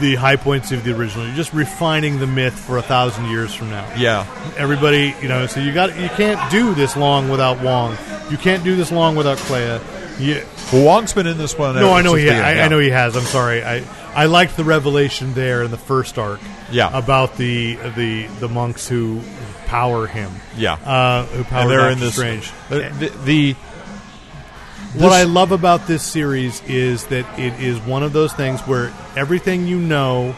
D: the high points of the original. You're just refining the myth for a thousand years from now.
C: Yeah,
D: Everybody, you know, so you got you can't do this long without Wong. You can't do this long without Clea. You,
C: well, Wong's been in this one.
D: no,
C: ever
D: I know
C: since
D: he.
C: the
D: I,
C: beginning,
D: I know he has. I'm sorry. I I liked the revelation there in the first arc.
C: Yeah.
D: About the the the monks who power him.
C: Yeah.
D: Uh, who power
C: and they're
D: Doctor
C: in this
D: Strange.
C: The, the, the-
D: Uh, what
C: this-
D: I love about this series is that it is one of those things where everything you know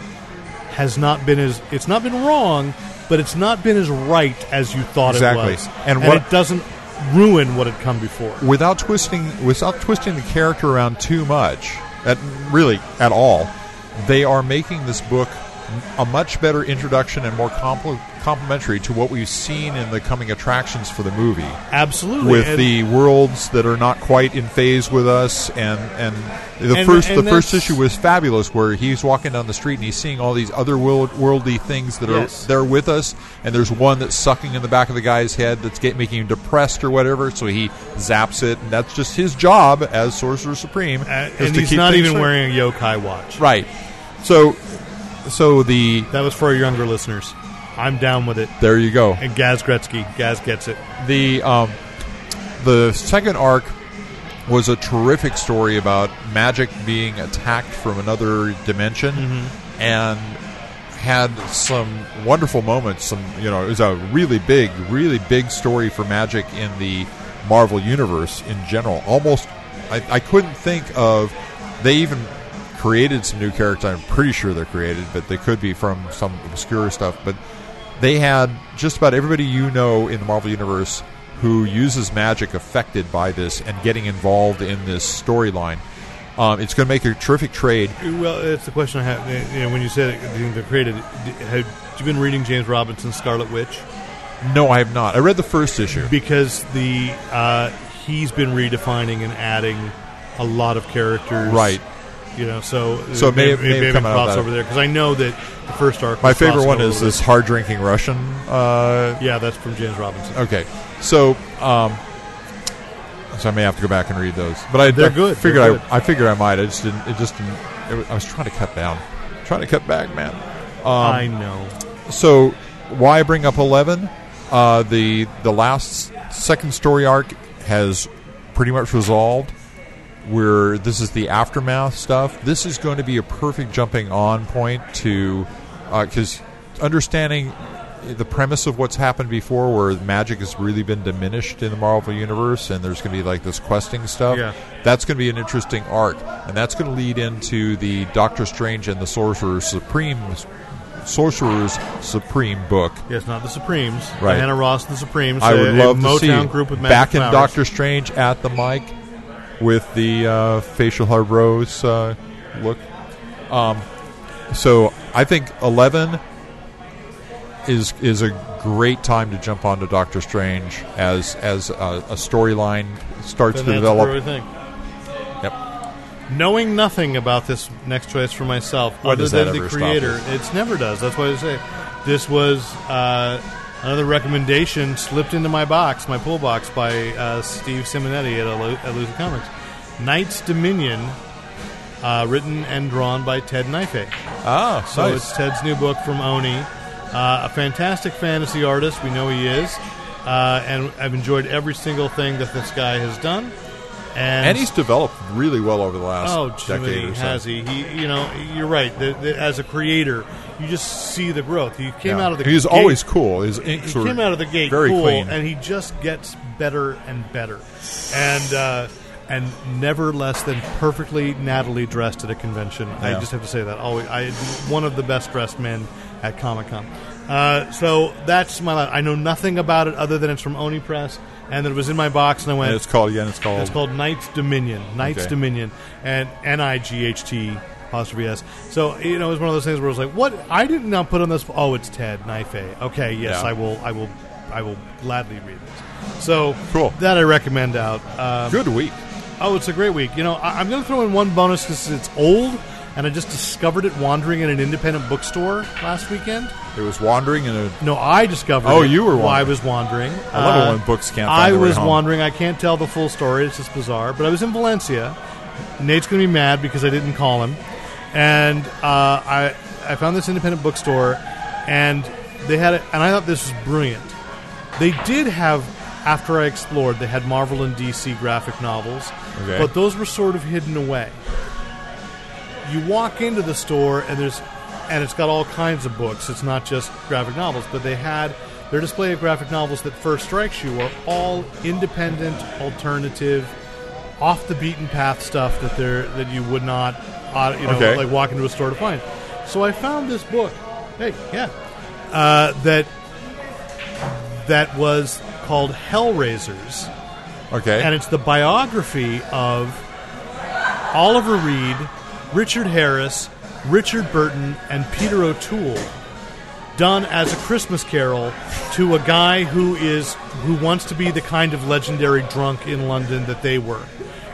D: has not been as it's not been wrong, but it's not been as right as you thought
C: Exactly.
D: it was,
C: And what-
D: it doesn't ruin what had come before.
C: without twisting without twisting the character around too much at really at all they are making this book a much better introduction and more compl- complementary to what we've seen in the coming attractions for the movie
D: Absolutely,
C: with
D: And-
C: the worlds that are not quite in phase with us and and the
D: And-
C: first
D: and
C: the first
D: that's-
C: issue was fabulous where he's walking down the street and he's seeing all these other world, worldly things that
D: Yes.
C: are there with us and there's one that's sucking in the back of the guy's head that's get, making him depressed or whatever so he zaps it and that's just his job as sorcerer supreme
D: and,
C: is
D: Uh, and
C: to
D: he's
C: keep
D: not
C: things
D: even
C: straight.
D: wearing a yokai watch.
C: right so so the
D: That was for our younger listeners. I'm down with it.
C: there you go
D: And Gaz Gretzky, Gaz gets it.
C: the um, the second arc was a terrific story about magic being attacked from another dimension and had some wonderful moments some you know it was a really big really big story for magic in the marvel universe in general almost i, I couldn't think of they even created some new characters i'm pretty sure they're created but they could be from some obscure stuff but they had just about everybody you know in the Marvel Universe who uses magic affected by this and getting involved in this storyline. Um, it's going to make a terrific trade.
D: Well, that's the question I have. You know, when you said it, being the created, d- have you been reading James Robinson's Scarlet Witch?
C: No, I have not. I read the first issue.
D: Because the uh, he's been redefining and adding a lot of characters,
C: Right.
D: You know, so
C: So it may have- may have come out of
D: cross
C: that.
D: over there because I know that the first arc.
C: My
D: was
C: favorite one
D: crossover
C: is
D: with-
C: this hard drinking Russian. Uh,
D: Yeah, that's from James Robinson.
C: okay, so um, so I may have to go back and read those. But I,
D: They're
C: I
D: good.
C: Figured
D: They're good.
C: I, I figured I might. I just didn't. It just didn't. It, was- I was trying to cut down, trying to cut back, man.
D: I know.
C: So why bring up eleven? Uh, the the last second story arc has pretty much resolved. Where this is the aftermath stuff. This is going to be a perfect jumping on point to because understanding the premise of what's happened before, where magic has really been diminished in the Marvel universe, and there's going to be like this questing stuff.
D: Yeah.
C: That's going to be an interesting arc, and that's going to lead into the Doctor Strange and the Sorcerer Supreme Sorcerer's Supreme book.
D: Yes, not the Supremes.
C: Right.
D: Diana Ross and the Supremes.
C: I would
D: a-
C: love
D: a
C: to
D: Motown
C: see
D: group with
C: back
D: Magic
C: in
D: Flowers.
C: Doctor Strange at the mic with the uh, facial hair rose uh, look. Um, so I think eleven is is a great time to jump onto Doctor Strange as as uh, a storyline starts
D: Then
C: to
D: that's
C: develop.
D: where we think.
C: Yep.
D: Knowing nothing about this next choice for myself,
C: When
D: other
C: does that
D: than the
C: ever stop
D: creator, it never does. That's why I say this was uh, another recommendation slipped into my box, my pull box, by uh, Steve Simonetti at, Elu- at Lucid Comics. Knight's Dominion, uh, written and drawn by Ted Knife.
C: Ah,
D: So
C: nice.
D: Oh, it's Ted's new book from Oni. Uh, a fantastic fantasy artist, we know he is, uh, and I've enjoyed every single thing that this guy has done. And,
C: and he's developed really well over the last
D: oh,
C: decade
D: Jiminy,
C: or so.
D: has he? he? You know, you're right. The, the, as a creator, you just see the growth. He came
C: Yeah.
D: out of the
C: he's
D: gate-
C: always cool. He's
D: He came out of the gate
C: very
D: cool,
C: clean.
D: and he just gets better and better, and uh, and never less than perfectly Natalie dressed at a convention. I
C: Yeah.
D: just have to say that always. I one of the best dressed men at Comic Con. Uh, so that's my. Life. I know nothing about it other than it's from Oni Press, and that it was in my box, and I went.
C: and it's called again. It's called.
D: It's called Knights Dominion. Knights
C: Okay.
D: Dominion, and N I G H T apostrophe s. So you know, it was one of those things where it was like, "What? I did not put on this. Oh, it's Ted Knife. Okay, yes,
C: Yeah.
D: I will. I will. I will gladly read this." So
C: Cool.
D: That I recommend out. Um,
C: Good week.
D: Oh, it's a great week. You know, I- I'm going to throw in one bonus because it's old, and I just discovered it wandering in an independent bookstore last weekend.
C: It was wandering in a
D: No, I discovered.
C: Oh,
D: it
C: you were
D: while I
C: wandering.
D: was wandering. Uh,
C: I love it when books can't find
D: I
C: their way
D: was
C: home.
D: wandering. I can't tell the full story. It's just bizarre. But I was in Valencia. Nate's going to be mad because I didn't call him. And uh, I I found this independent bookstore, and they had it. And I thought this was brilliant. They did have. After I explored, they had Marvel and DC graphic novels,
C: Okay.
D: but those were sort of hidden away you walk into the store and there's and it's got all kinds of books it's not just graphic novels but they had their display of graphic novels that first strikes you are all independent alternative off the beaten path stuff that they're that you would not uh, you know
C: Okay.
D: like walk into a store to find so i found this book hey yeah uh, that that was called hellraisers
C: okay.
D: and it's the biography of Oliver Reed, Richard Harris, Richard Burton, and Peter O'Toole, done as a Christmas Carol to a guy who is who wants to be the kind of legendary drunk in London that they were,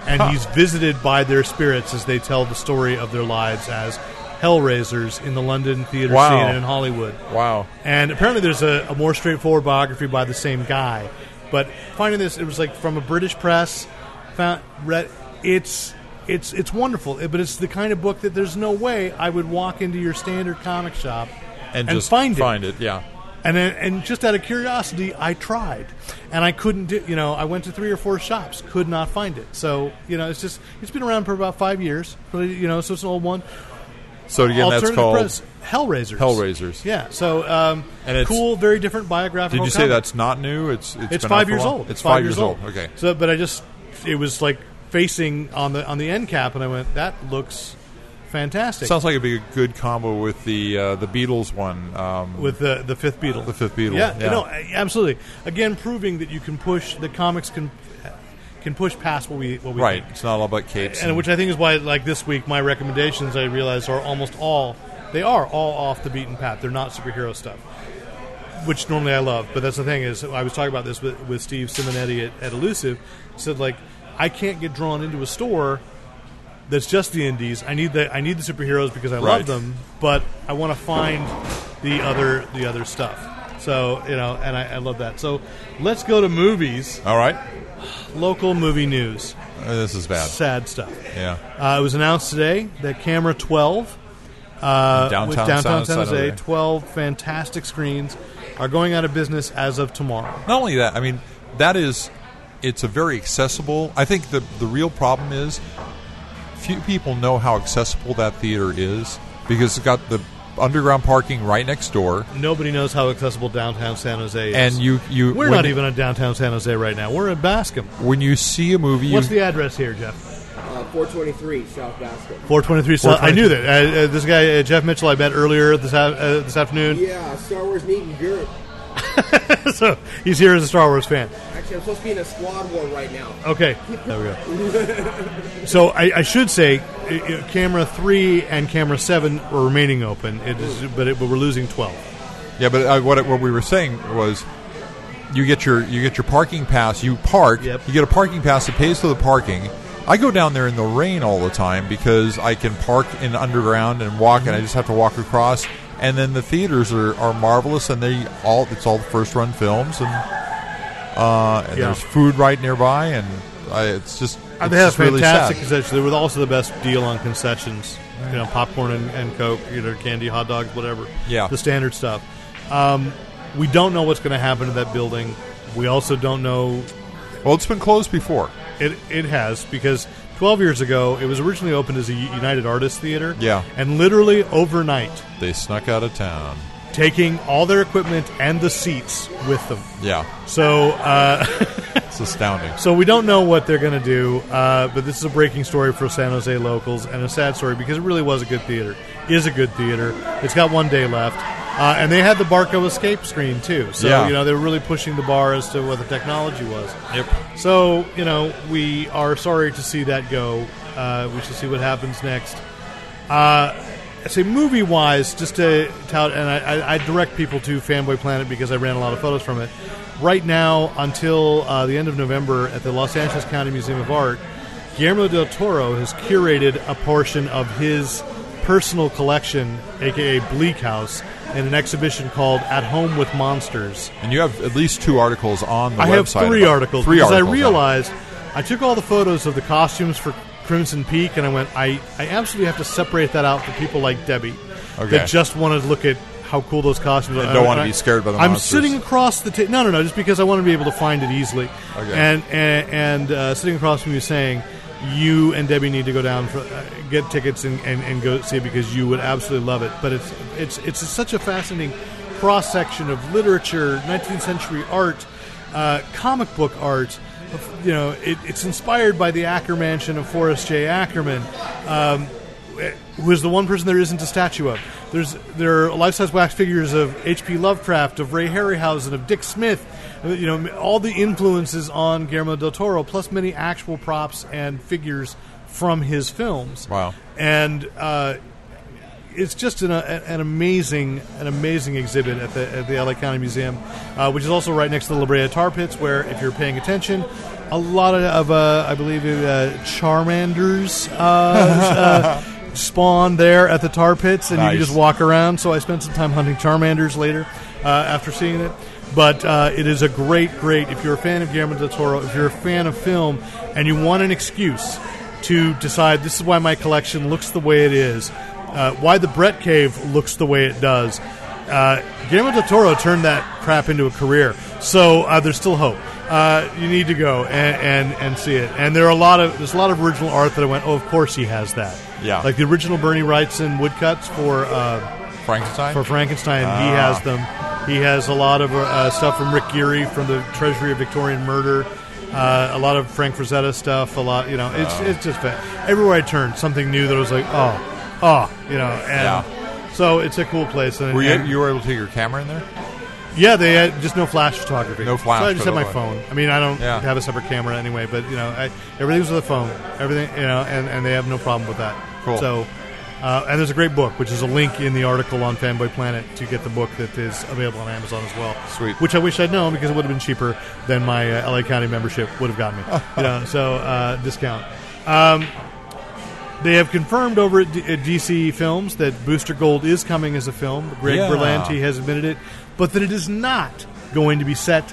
D: and he's visited by their spirits as they tell the story of their lives as hellraisers in the London theater
C: Wow.
D: scene and in Hollywood.
C: wow.
D: And apparently, there's a, a more straightforward biography by the same guy. But finding this, it was like from a British press. Found read it's it's it's wonderful, It- but it's the kind of book that there's no way I would walk into your standard comic shop
C: And, just
D: find, it.
C: Find it. Yeah.
D: And then- and just out of curiosity, I tried, and I couldn't do. You know, I went to three or four shops, could not find it. So you know, it's just it's been around for about five years. Really, you know, so it's an old one.
C: So again, that's
D: Alternative
C: called.
D: press, Hellraisers.
C: Hellraisers.
D: Yeah. So um,
C: And it's-
D: cool, very different biographical.
C: Did you say
D: comic.
C: that's not new? It's it's,
D: It's
C: been out
D: five
C: for a
D: years
C: while?
D: old.
C: It's five, years old. Okay.
D: So, but I just it was like facing on the on the end cap, and I went, that looks fantastic.
C: Sounds like it'd be a good combo with the uh, the Beatles one. Um,
D: with the the fifth Beetle,
C: The fifth Beatle,
D: Yeah,
C: yeah.
D: no, a- absolutely. Again, proving that you can push the comics can can push past what we what we
C: right.
D: think.
C: It's not all about capes.
D: and which I think is why, like this week, my recommendations I realize are almost all they are all off the beaten path. They're not superhero stuff, which normally I love. But that's the thing is, I was talking about this with, with Steve Simonetti at, at Elusive. Said like, I can't get drawn into a store that's just the indies. I need the I need the superheroes because I
C: Right.
D: love them, but I want to find the other the other stuff. So you know, and I, I love that. So let's go to movies.
C: all right.
D: Local movie news,
C: Uh, This is bad.
D: sad stuff.
C: Yeah.
D: Uh, it was announced today that Camera 12 uh,
C: Downtown
D: with downtown
C: San- San
D: San Jose,
C: Jose.
D: 12 fantastic screens are going out of business as of tomorrow.
C: Not only that. I mean, that is. It's a very accessible. I think the the real problem is few people know how accessible that theater is because it's got the underground parking right next door,
D: Nobody knows how accessible downtown San Jose is.
C: and you you when-
D: we're not even in downtown San Jose right now. We're in Bascom.
C: when you see a movie.
D: What's
C: you,
D: the address here, Jeff?
F: Uh, 423 South Basket.
D: 423 South. I knew that. Uh, uh, this guy, uh, Jeff Mitchell, I met earlier this, a- uh, this afternoon.
F: Yeah, Star Wars meet and Gert.
D: so he's here as a Star Wars fan.
F: Actually, I'm supposed to be in a squad war right now.
D: Okay, there we go. so I, I should say, i- i- camera three and camera seven are remaining open. It is, but, it, but we're losing twelve.
C: yeah, but uh, what what we were saying was. You get your you get your parking pass. You park.
D: Yep.
C: You get a parking pass that pays for the parking. I go down there in the rain all the time because I can park in underground and walk, and I
D: Mm-hmm.
C: just have to walk across. And then the theaters are, are marvelous, and they all it's all first run films, and uh, and
D: Yeah.
C: there's food right nearby, and I, it's just it's
D: And they had a
C: just really
D: fantastic
C: sad.
D: concession. They were also the best deal on concessions. You know, popcorn and, and coke, you know, candy, hot dogs, whatever.
C: Yeah.
D: the standard stuff. Um, we don't know what's going to happen to that building. We also don't know
C: Well, it's been closed before.
D: It it has because 12 years ago it was originally opened as a U- United Artists Theater.
C: Yeah.
D: And literally overnight,
C: They snuck out of town.
D: taking all their equipment and the seats with them.
C: Yeah,
D: So uh,
C: it's astounding.
D: so we don't know what they're going to do, uh, but this is a breaking story for San Jose locals and a sad story because it really was a good theater. Is a good theater. It's got one day left. Uh, and they had the Barco escape screen too, so
C: Yeah.
D: you know they were really pushing the bar as to what the technology was.
C: Yep.
D: So you know we are sorry to see that go. Uh, we shall see what happens next. I say movie wise, just to tout, and I, I, I direct people to Fanboy Planet because I ran a lot of photos from it. Right now, until uh, the end of November, at the Los Angeles County Museum of Art, Guillermo del Toro has curated a portion of his personal collection, aka Bleak House, in an exhibition called "At Home with Monsters."
C: And you have at least two articles on the
D: I
C: website.
D: have three
C: about-
D: articles
C: Three
D: because
C: articles.
D: I
C: on it.
D: realized I took all the photos of the costumes for Crimson Peak and I went, I, I absolutely have to separate that out for people like Debbie
C: Okay.
D: that just want to look at how cool those costumes are.
C: And don't wanna
D: I-
C: be scared by the
D: I'm
C: monsters.
D: sitting across the ta- no no no just because I want to be able to find it easily.
C: Okay.
D: And and, and uh, sitting across from you saying. You and Debbie need to go down for uh, get tickets and, and, and go see it because you would absolutely love it. But it's it's it's such a fascinating cross section of literature, 19th century art, uh, comic book art. You know, it, it's inspired by the Acker Mansion of Forrest J. Ackerman, um, who is the one person there isn't a statue of. There's there are life size wax figures of H.P. Lovecraft, of Ray Harryhausen, of Dick Smith. uh, You know, all the influences on Guillermo del Toro, plus many actual props and figures from his films.
C: Wow.
D: And uh, it's just an, uh, an amazing an amazing exhibit at the at the LA County Museum, uh, which is also right next to the La Brea Tar Pits, where if you're paying attention, a lot of uh, I believe uh, Charmander's uh, uh, spawn there at the tar pits, and you
C: Nice.
D: can just walk around. So I spent some time hunting Charmanders later uh, after seeing it. But uh, it is a great, great. If you're a fan of Guillermo del Toro, if you're a fan of film, and you want an excuse to decide this is why my collection looks the way it is, uh, why the Brett Cave looks the way it does, uh, Guillermo del Toro turned that crap into a career. So uh, there's still hope. Uh, you need to go and, and, and see it. And there are a lot of there's a lot of original art that I went, oh, of course he has that.
C: Yeah.
D: like the original Bernie Wrightson woodcuts for uh,
C: Frankenstein.
D: for Frankenstein. He
C: Ah.
D: has them. He has a lot of uh, stuff from Rick Geary from the Treasury of Victorian Murder. Uh, a lot of Frank Frazetta stuff. A lot, you know, it's
C: Ah.
D: it's just fa- everywhere I turned, something new that was like, oh, oh, you know,
C: Yeah.
D: and so it's a cool place. And,
C: were you,
D: and-
C: you were able to take your camera in there?
D: yeah, they had just no flash photography.
C: No flash
D: So I just had my
C: photography.
D: phone. I mean, I don't
C: Yeah.
D: have a separate camera anyway, but you know, I, everything's with a phone. Everything, you know, and, and they have no problem with that.
C: Cool.
D: So, uh, and there's a great book, which is a link in the article on Fanboy Planet to get the book that is available on Amazon as well.
C: Sweet.
D: Which I wish I'd known because it would have been cheaper than my uh, LA County membership would have gotten me. you know, so uh, discount. They have confirmed over at, D- at DC Films that Booster Gold is coming as a film. Greg
C: Yeah.
D: Berlanti has admitted it, but that it is not going to be set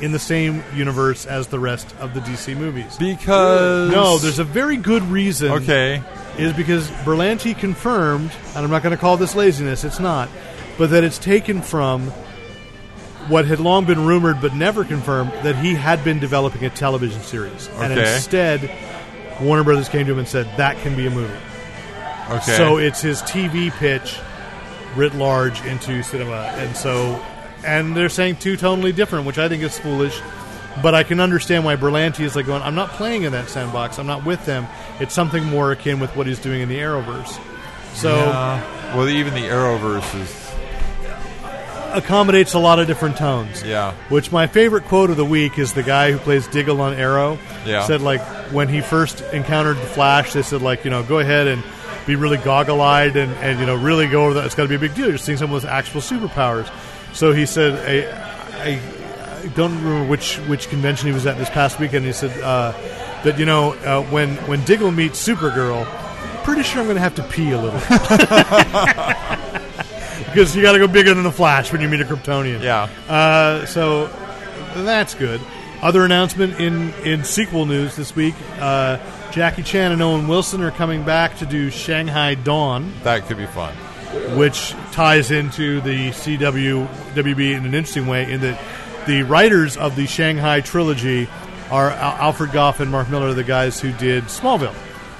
D: in the same universe as the rest of the DC movies.
C: Because
D: no, there's a very good reason.
C: okay.
D: Is because Berlanti confirmed, and I'm not going to call this laziness, it's not, but that it's taken from what had long been rumored but never confirmed that he had been developing a television series. And
C: Okay.
D: instead, Warner Brothers came to him and said, that can be a movie.
C: Okay.
D: So it's his TV pitch writ large into cinema, and so and they're saying two totally different, which I think is foolish. But I can understand why Berlanti is like going. I'm not playing in that sandbox. I'm not with them. It's something more akin with what he's doing in the Arrowverse. So
C: Yeah. well, even the Arrowverse is
D: accommodates a lot of different tones.
C: Yeah.
D: Which my favorite quote of the week is the guy who plays Diggle on Arrow.
C: Yeah.
D: Said like when he first encountered the Flash, they said like you know go ahead and be really goggle eyed and, and you know really go over that. It's got to be a big deal. You're seeing someone with actual superpowers. So he said I, I, I don't remember which which convention he was at this past weekend. He said uh, that you know uh, when when Diggle meets Supergirl. Pretty sure I'm going to have to pee a little because you got to go bigger than the Flash when you meet a Kryptonian.
C: yeah.
D: Uh, so that's good. Other announcement in, in sequel news this week: uh, Jackie Chan and Owen Wilson are coming back to do Shanghai Dawn,
C: That could be fun.
D: which ties into the CW WB in an interesting way, in that the writers of the Shanghai trilogy are Al- Alfred Goff and Mark Miller, the guys who did Smallville.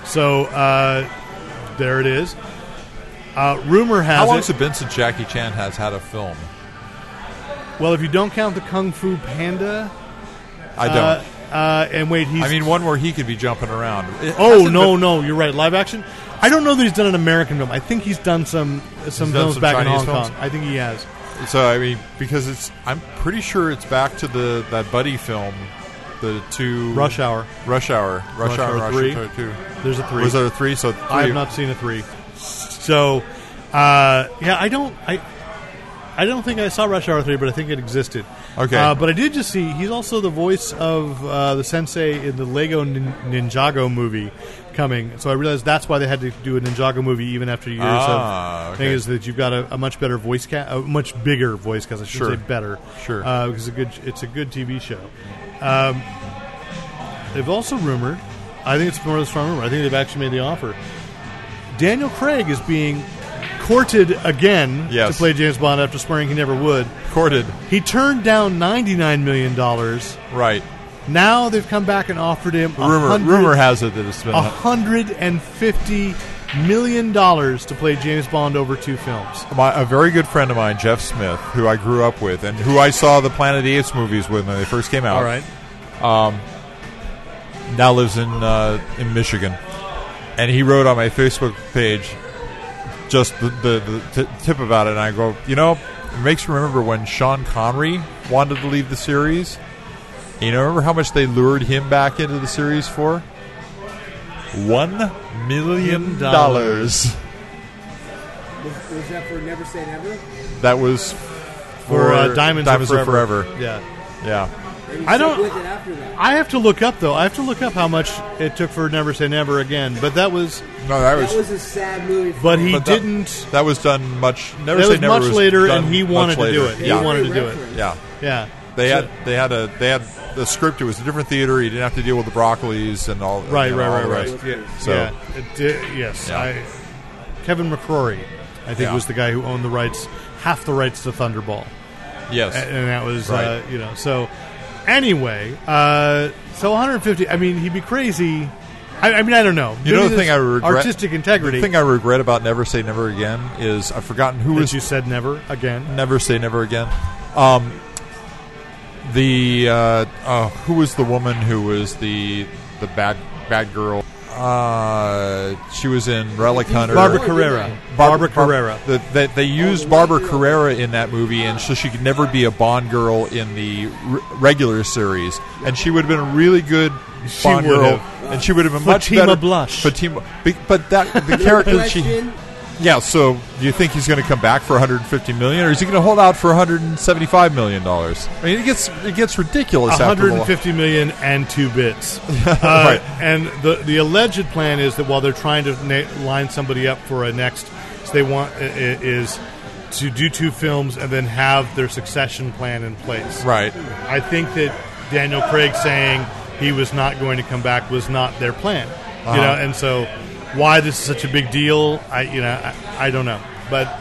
D: So uh, there it is. Uh, rumor has
C: How long
D: it.
C: has it been since Jackie Chan has had a film?
D: well, if you don't count the Kung Fu Panda,
C: I don't.
D: uh, uh, and wait, he's
C: I mean, one where he could be jumping around. It
D: Oh
C: hasn't
D: no,
C: been-
D: no, you're right. Live action. I don't know that he's done an American film. I think he's done some some
C: done
D: films
C: some
D: back
C: Chinese
D: in Hong
C: films?
D: Kong. I think he has.
C: So I mean, because it's, I'm pretty sure it's back to the that buddy film, the two
D: Rush Hour.
C: Rush Hour, Rush,
D: Rush
C: Hour,
D: Hour
C: Rush
D: three.
C: Hour two.
D: There's a three.
C: Was there a three? So
D: I
C: three.
D: have not seen a three. So, uh, yeah, I don't. I, I don't think I saw Rush Hour three, but I think it existed.
C: Okay.
D: Uh, but I did just see he's also the voice of uh, the sensei in the Lego nin- Ninjago movie coming. So I realized that's why they had to do a Ninjago movie even after years
C: Ah,
D: of
C: okay.
D: thing is that you've got a, a much better voice cast, a much bigger voice cast. I should
C: Sure.
D: say better.
C: Sure.
D: Uh, because it's a good it's a good TV show. Um, They've also rumored, I think it's more of a strong rumor, I think they've actually made the offer. Daniel Craig is being courted again
C: Yes.
D: to play James Bond after swearing he never would.
C: Recorded.
D: He turned down $99 million.
C: Right.
D: Now they've come back and offered him a
C: Rumor
D: hundred-
C: rumor has it that it's been.
D: a $150 million to play James Bond over two films.
C: my, a very good friend of mine, Jeff Smith, who I grew up with and who I saw the Planet of the Apes movies with when they first came out. now lives in uh, in Michigan, and he wrote on my Facebook page just the the, the t- tip about it. And I go, you know, it makes me remember when Sean Connery wanted to leave the series. You know, remember how much they lured him back into the series for? One million dollars.
F: Was, was that for Never Say Never?
C: That was
D: For uh, Diamonds,
C: Diamonds
D: Are
C: Are Forever.
D: Yeah.
C: Yeah,
F: And he
D: I
F: stuck
D: don't-
F: With it after that.
D: I have to look up, though. I have to look up how much it took for Never Say Never again. But that was.
C: no, that
F: That
C: was
F: was a sad movie. For
D: But he
C: But that-
D: didn't.
C: that was done much. Never
D: That
C: say
D: was
C: never
D: much
C: was
D: later,
C: done
D: and he
C: much
D: wanted to do
C: later.
D: it.
C: Yeah.
D: He wanted to do
F: Reference.
D: it.
C: yeah.
D: Yeah.
C: They
D: So-
C: had they had a they had the script. It was a different theater. You didn't have to deal with the broccolis and all.
D: Right,
C: you know,
D: right,
C: all
D: right,
C: the
D: right.
C: rest.
D: Yeah.
C: So-
D: yeah. It did- yes,
C: Yeah.
D: I, Kevin McCrory, I think
C: Yeah.
D: was the guy who owned the rights, half the rights to Thunderball, A-
C: Yes,
D: and that was uh,
C: Right.
D: you know. So anyway, uh, so 150. I mean, he'd be crazy. I, I mean, I don't know.
C: You know
D: Maybe
C: the thing
D: there's
C: I regret-
D: artistic integrity.
C: the thing I regret about Never Say Never Again is I've forgotten who
D: that
C: was
D: you said never again.
C: Never Say Never Again. Um, the uh, uh, who was the woman who was the the bad bad girl? Uh, she was in Relic Hunter.
D: Barbara Carrera. Barbara Carrera.
C: The, they, they used Barbara Carrera in that movie, and so she could never be a Bond girl in the r- regular series. And she would have been a really good
D: She
C: Bond
D: would
C: girl,
D: have.
C: and she would have been much
D: Fatima
C: better.
D: Blush.
C: Fatima, be- but that the character that she.
F: Question,
C: Yeah. So, do you think he's going to come back for 150 million, or is he going to hold out for 175 million dollars? I mean, it gets it gets ridiculous. after a while.
D: 150 million and two bits. Uh,
C: Right.
D: And the the alleged plan is that while they're trying to na- line somebody up for a next, so they want i- i- is to do two films and then have their succession plan in place.
C: Right.
D: I think that Daniel Craig saying he was not going to come back was not their plan.
C: Uh-huh.
D: You know, and so why this is such a big deal, I you know I, I don't know, but.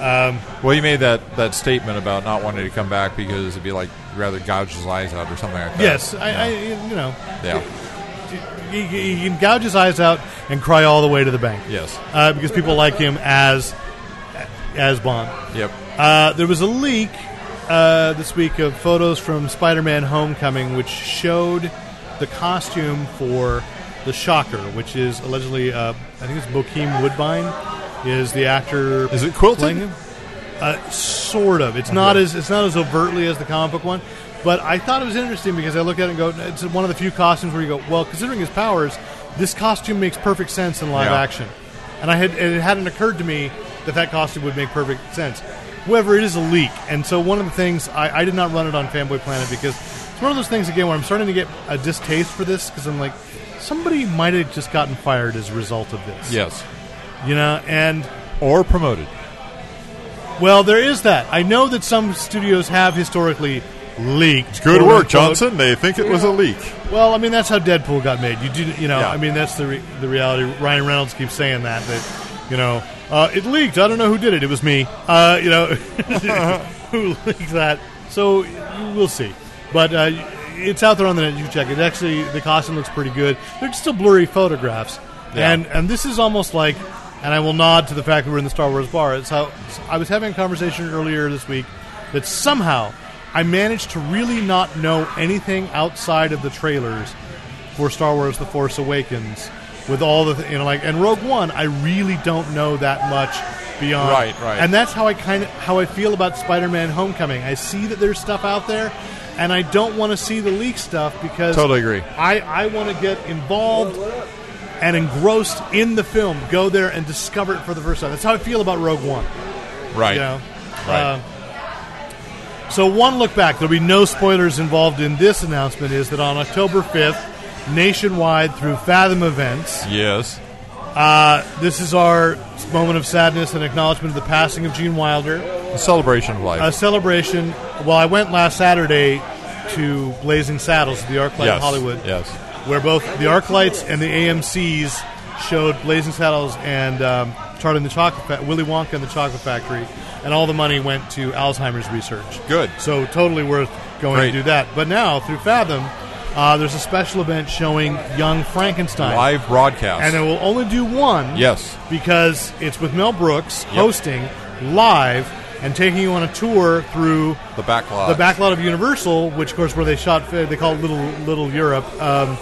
C: Well, you made that that statement about not wanting to come back because it'd be like you'd rather gouge his eyes out or something like that.
D: Yes, I,
C: Yeah.
D: I, you know,
C: yeah.
D: he, he he can gouge his eyes out and cry all the way to the bank.
C: Yes.
D: uh, because people like him as as Bond.
C: Yep.
D: Uh, there was a leak uh, this week of photos from Spider-Man: Homecoming, which showed the costume for the Shocker, which is allegedly uh, I think it's Bokeem Woodbine is the actor.
C: Is it quilted?
D: playing him. Uh, sort of. It's not as it's not as overtly as the comic book one, but I thought it was interesting because I look at it and go, it's one of the few costumes where you go, well, considering his powers, this costume makes perfect sense in live
C: Yeah.
D: action. And I had and it hadn't occurred to me that that costume would make perfect sense. However, it is a leak, and so one of the things I, I did not run it on Fanboy Planet because it's one of those things again where I'm starting to get a distaste for this because I'm like, somebody might have just gotten fired as a result of this.
C: Yes.
D: you know, and.
C: Or promoted.
D: Well, there is that. I know that some studios have historically leaked. quote, unquote.
C: They think it was a leak.
D: Well, I mean that's how Deadpool got made. You do, you know.
C: Yeah.
D: I mean that's the re- the reality. Ryan Reynolds keeps saying that that you know uh, it leaked. I don't know who did it. It was me. Uh, you know who leaked that. So we'll see. But uh, it's out there on the net. You can check it. Actually, the costume looks pretty good. They're just still blurry photographs.
C: Yeah.
D: And and this is almost like, and I will nod to the fact that we're in the Star Wars bar. It's how I was having a conversation earlier this week that somehow I managed to really not know anything outside of the trailers for Star Wars: The Force Awakens. With all the th- you know, like and Rogue One, I really don't know that much beyond.
C: Right, right.
D: And that's how I kind of how I feel about Spider-Man: Homecoming. I see that there's stuff out there, and I don't want to see the leak stuff because
C: Totally agree.
D: I I want to get involved and engrossed in the film go there and discover it for the first time. That's how I feel about Rogue One.
C: Right.
D: You know?
C: Right.
D: Uh, so one look back. There'll be no spoilers involved in this announcement. Is that on October fifth, nationwide through Fathom Events.
C: yes.
D: Uh, this is our moment of sadness and acknowledgement of the passing of Gene Wilder
C: A celebration of life.
D: a celebration. Well, I went last Saturday to Blazing Saddles, the ArcLight
C: yes.
D: in Hollywood,
C: Yes.
D: where both the ArcLights and the AMC's showed Blazing Saddles and um, Charlie and the Chocolate Fa- Willy Wonka and the Chocolate Factory, and all the money went to Alzheimer's research.
C: Good.
D: So totally worth going
C: Great.
D: to do that. But now through Fathom, uh, there's a special event showing Young Frankenstein,
C: Live broadcast.
D: and it will only do one
C: yes.
D: because it's with Mel Brooks hosting live and taking you on a tour through
C: The backlog.
D: the backlot of Universal, which of course where they shot, uh, they call it Little Little Europe, um,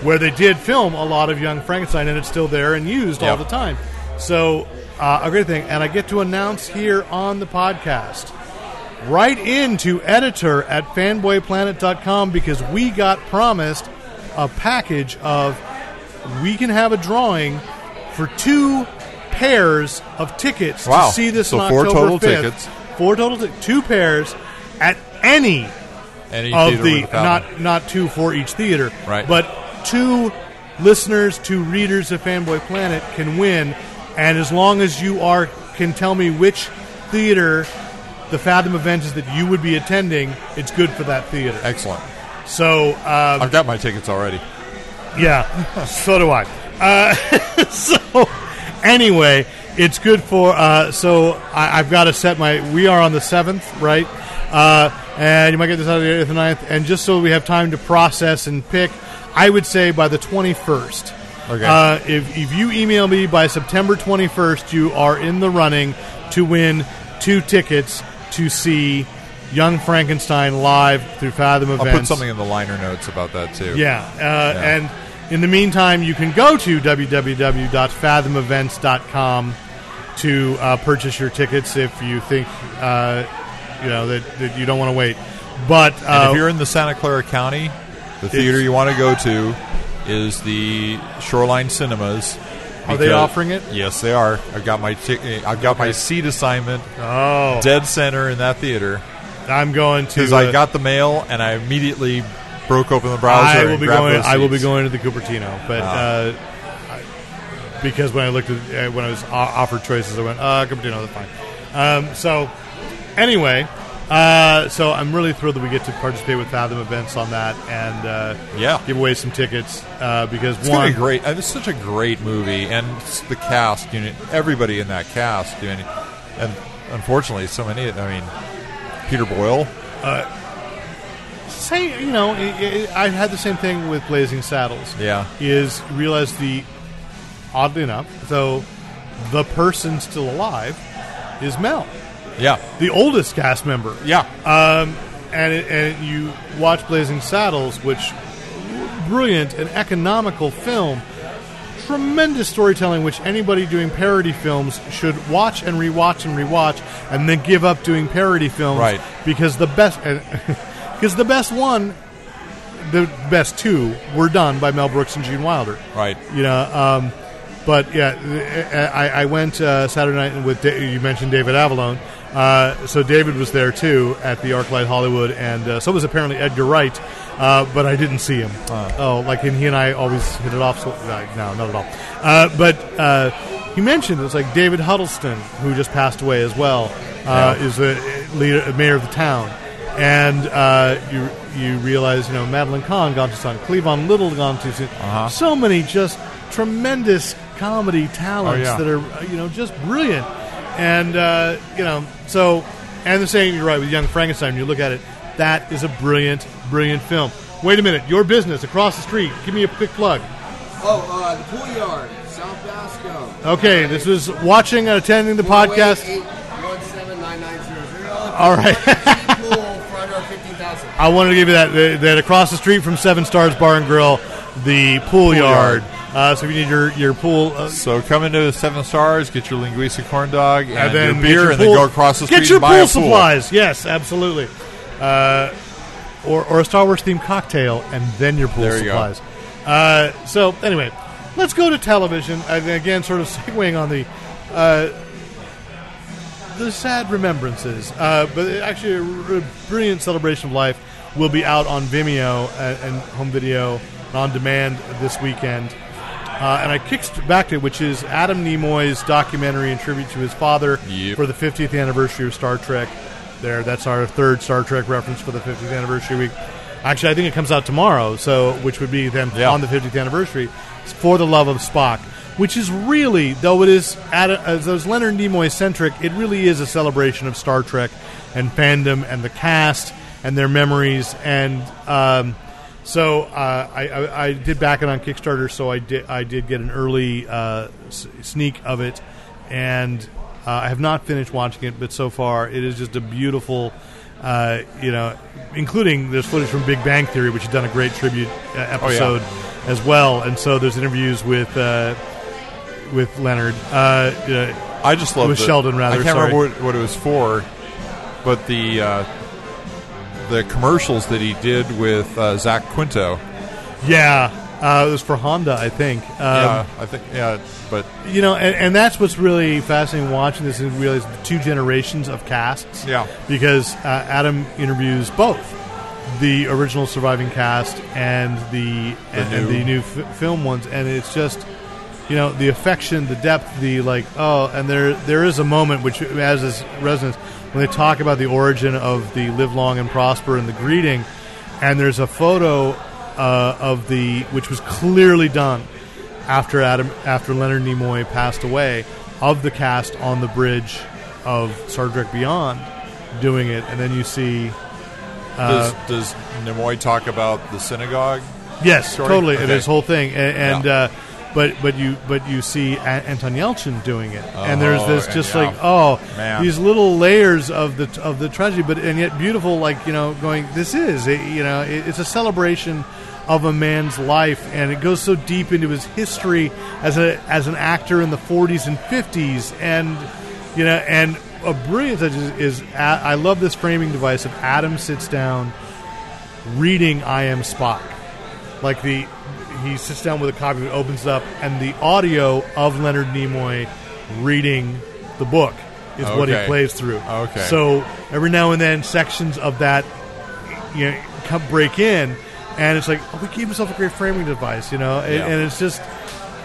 D: where they did film a lot of Young Frankenstein, and it's still there and used all
C: Yep.
D: the time. So uh, a great thing, and I get to announce here on the podcast. Right into editor at fanboyplanet.com because we got promised a package of we can have a drawing for two pairs of tickets
C: Wow.
D: to see this
C: So
D: on
C: four
D: October
C: total
D: 5th.
C: tickets.
D: Four total ti- two pairs at any
C: Any
D: of
C: theater
D: the
C: with a fountain.
D: not not two for each theater,
C: Right.
D: But two listeners, two readers of Fanboy Planet can win, and as long as you are can tell me which theater the Fathom event is that you would be attending, it's good for that theater.
C: Excellent.
D: So uh,
C: I've got my tickets already.
D: yeah, so do I. Uh, so anyway, it's good for. Uh, so I, I've got to set my. We are on the seventh, right? Uh, and you might get this out of the eighth and 9th. And just so we have time to process and pick, I would say by the twenty first.
C: Okay.
D: Uh, if, if you email me by September 21st, you are in the running to win two tickets to see Young Frankenstein live through Fathom Events.
C: I'll put something in the liner notes about that too.
D: Yeah, uh, and in the meantime, you can go to www.fathomevents.com to uh, purchase your tickets if you think uh, you know that, that you don't want to wait. But
C: And
D: uh,
C: if you're in the Santa Clara County, the theater you want to go to is the Shoreline Cinemas.
D: Are they
C: because-
D: offering it?
C: Yes, they are. I've got my tic- I've got my seat assignment
D: oh,
C: dead center in that theater
D: I'm going to.
C: because
D: uh,
C: I got the mail and I immediately broke open the browser.
D: I will
C: and
D: be
C: grabbed
D: going.
C: those
D: I will be
C: seats. Ah.
D: going to the Cupertino, but. Uh, I- because when I looked at uh, when I was o- offered choices, I went uh, Cupertino. That's fine. Um, so anyway, uh, so I'm really thrilled that we get to participate with Fathom events on that and uh,
C: Yeah.
D: give away some tickets uh, because
C: It's gonna
D: one
C: be great. uh, It's such a great movie, and s- the cast, you know, everybody in that cast, you know, and unfortunately, so many. I mean, Peter Boyle.
D: say you know i i I had the same thing with Blazing Saddles.
C: Yeah.
D: is realize the oddly enough though the person still alive is Mel.
C: Yeah,
D: the oldest cast member.
C: yeah.
D: Um, and it, and you watch Blazing Saddles, which brilliant and economical film, tremendous storytelling, which anybody doing parody films should watch and rewatch and rewatch, and then give up doing parody films,
C: Right.
D: Because the best, because the best one, the best two were done by Mel Brooks and Gene Wilder,
C: Right.
D: you know. Um, but yeah, I, I went uh, Saturday night with da- you mentioned David Avalon. Uh, so David was there too at the ArcLight Hollywood, and uh, so was apparently Edgar Wright, uh, but I didn't see him. Oh, like and he and I always hit it off. So, like, no, not at all. Uh, but uh, he mentioned it was like David Huddleston, who just passed away as well, uh, is the leader, mayor of the town and uh, you you realize you know Madeline Kahn gone to Sun, Cleavon Little gone to Sun,
C: Uh-huh.
D: so many just tremendous comedy talents
C: Oh, yeah.
D: that are uh, you know just brilliant, and uh, you know so and the same you're right with Young Frankenstein. You look at it, that is a brilliant brilliant film. Wait a minute, your business across the street. Give me a quick plug.
F: Oh, uh, the pool yard, South Basco.
D: Okay, this was watching and attending the podcast.
F: 408-817-9900.
D: All right.
F: pool for under 15000
D: I wanted to give you that that- that across the street from Seven Stars Bar and Grill, the pool, yard.
C: yard.
D: Uh, so if you need your your pool, uh,
C: So come into Seven Stars, get your linguiça corn dog and, your
D: get
C: beer,
D: your
C: and
D: pool-
C: then go across the street
D: Get your
C: and buy
D: pool
C: a pool.
D: supplies. Yes, absolutely. Uh, or, or a Star Wars themed cocktail, and then your pool
C: There you go.
D: supplies. Uh, so anyway, Let's go to television. And again, sort of segueing on the uh, the sad remembrances, uh, but actually a r- brilliant celebration of life will be out on Vimeo and, and home video and on demand this weekend. Uh, and I kicked back to it, which is Adam Nimoy's documentary in tribute to his father
C: Yep.
D: for the 50th anniversary of Star Trek. There, that's our third Star Trek reference for the 50th anniversary week. Actually, I think it comes out tomorrow, so which would be them
C: Yeah.
D: on the 50th anniversary. It's for the love of Spock, which is really, though it is at a, as though it's Leonard Nimoy centric, it really is a celebration of Star Trek and fandom and the cast and their memories. And um, so uh, I, I, I did back it on Kickstarter, so I did I did get an early uh, s- sneak of it, and uh, I have not finished watching it, but so far it is just a beautiful, uh, you know, including there's footage from Big Bang Theory, which has done a great tribute uh, episode as well, and so there's interviews with uh, with Leonard. Uh, yeah,
C: I just love
D: With
C: the-
D: Sheldon, rather,
C: I can't
D: sorry.
C: remember what, what it was for, but the uh, the commercials that he did with uh, Zach Quinto.
D: yeah, uh, it was for Honda, I think. Um,
C: yeah, I think yeah, but
D: you know, and, and that's what's really fascinating watching this and realize the two generations of casts.
C: Yeah.
D: Because uh, Adam interviews both the original surviving cast and the, and, and
C: new-
D: the new f- film ones, and it's just you know the affection, the depth, the like. Oh, and there there is a moment which has this resonance when they talk about the origin of the live long and prosper and the greeting, and there's a photo uh, of the which was clearly done after Adam after Leonard Nimoy passed away of the cast on the bridge of Star Trek Beyond doing it, and then you see
C: does, does Nimoy talk about the synagogue?
D: Yes,
C: story?
D: totally. And
C: Okay.
D: his whole thing, A- and, and
C: Yeah.
D: uh, but but you but you see a- Anton Yelchin doing it, and there's
C: Oh,
D: this
C: and
D: just
C: yeah.
D: like oh
C: Man.
D: these little layers of the of the tragedy, but and yet beautiful, like you know, going this is it, you know it, it's a celebration of a man's life, and it goes so deep into his history as a as an actor in the 40s and 50s, and you know and. A brilliant touch is, is a- I love this framing device of Adam sits down reading I Am Spock. Like the he sits down with a copy, opens it up, and the audio of Leonard Nimoy reading the book is what he
C: Okay.
D: plays through.
C: Okay.
D: So every now and then sections of that you know come break in, and it's like oh, he gave himself a great framing device, you know, and,
C: Yeah.
D: and it's just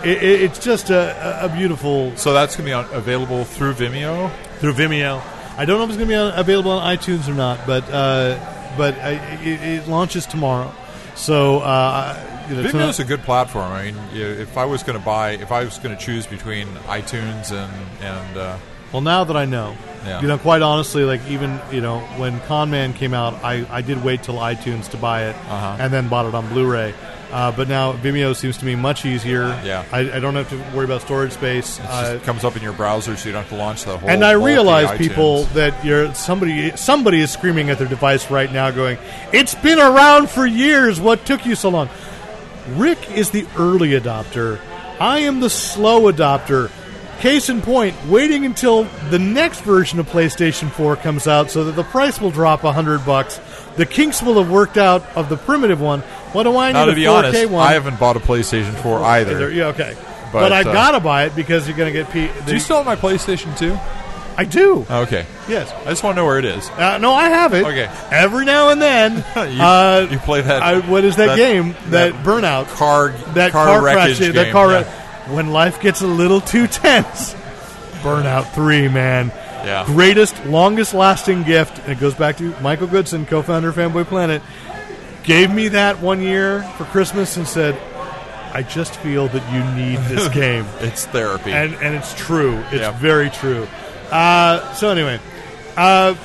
D: it, it- it's just a, a- a beautiful
C: So that's going to be on, available through Vimeo.
D: through Vimeo. I don't know if it's going to be on, available on iTunes or not, but uh, but I, it, it launches tomorrow. So uh, you know, it's
C: Vimeo's
D: not-
C: a good platform. I mean, you- if I was going to buy, if I was going to choose between iTunes and and uh,
D: well, now that I know,
C: Yeah.
D: you know, quite honestly, like even you know when Con Man came out, I, I did wait till iTunes to buy it,
C: Uh-huh.
D: and then bought it on Blu-ray. Uh, but now Vimeo seems to me much easier.
C: Yeah.
D: I, I don't have to worry about storage space.
C: it
D: Uh,
C: just comes up in your browser, so you don't have to launch the whole.
D: and I
C: bulky
D: realize,
C: iTunes.
D: people, that you're somebody. Somebody is screaming at their device right now, going, "It's been around for years. What took you so long?" Rick is the early adopter. I am the slow adopter. Case in point, waiting until the next version of PlayStation 4 comes out so that the price will drop 100 bucks. The kinks will have worked out of the primitive one. What do I need
C: Now, to
D: a
C: be
D: 4K
C: honest,
D: one?
C: I haven't bought a PlayStation 4 either.
D: Yeah, okay. But,
C: But,
D: I
C: uh,
D: gotta buy it because you're gonna get P.
C: Do you still Uh, have my PlayStation 2?
D: I do.
C: Okay.
D: yes.
C: I just want to know where it is.
D: Uh, no, I have it.
C: Okay.
D: Every now and then,
C: You-
D: uh,
C: you play that-
D: I, what is that,
C: that-
D: game? That,
C: that
D: burnout.
C: Car,
D: that
C: car,
D: crash.
C: wreckage game.
D: That car.
C: yeah.
D: wreck- When life gets a little too tense. Burnout Three, man.
C: Yeah.
D: Greatest, longest lasting gift, and it goes back to Michael Goodson, co-founder of Fanboy Planet, gave me that one year for Christmas and said, "I just feel that you need this game."
C: It's therapy.
D: and and it's true. It's
C: Yeah.
D: very true. Uh, so anyway, uh,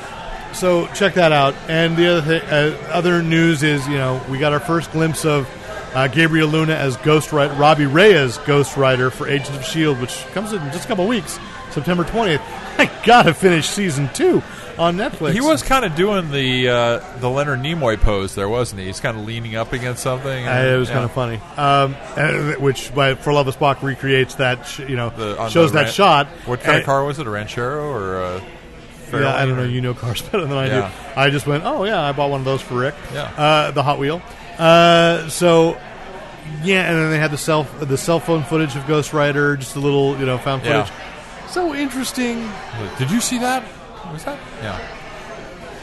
D: so check that out. And the other thi- uh, other news is you know we got our first glimpse of uh, Gabriel Luna as Ghost Rider, Robbie Reyes Ghost Rider for Agents of Shield, E which comes in just a couple weeks, September twentieth. I gotta finish season two on Netflix.
C: he was kind of doing the uh, the Leonard Nimoy pose there, wasn't he? He's kind of leaning up against something.
D: Uh,
C: and-
D: it was
C: yeah.
D: kind of funny, um, uh, which by For Love of Spock recreates that sh- you know
C: The- on
D: shows
C: the
D: that
C: ran-
D: shot.
C: What kind
D: And-
C: of car was it? A Ranchero or a Fairlane
D: Yeah, I don't know.
C: or-
D: You know cars better than I
C: Yeah.
D: do. I just went, oh yeah, I bought one of those for Rick.
C: Yeah.
D: Uh, the Hot Wheel. Uh, so yeah, and then they had the cell the cell phone footage of Ghost Rider, just a little you know found
C: Yeah.
D: footage. So interesting.
C: Did you see that? Was that? Yeah.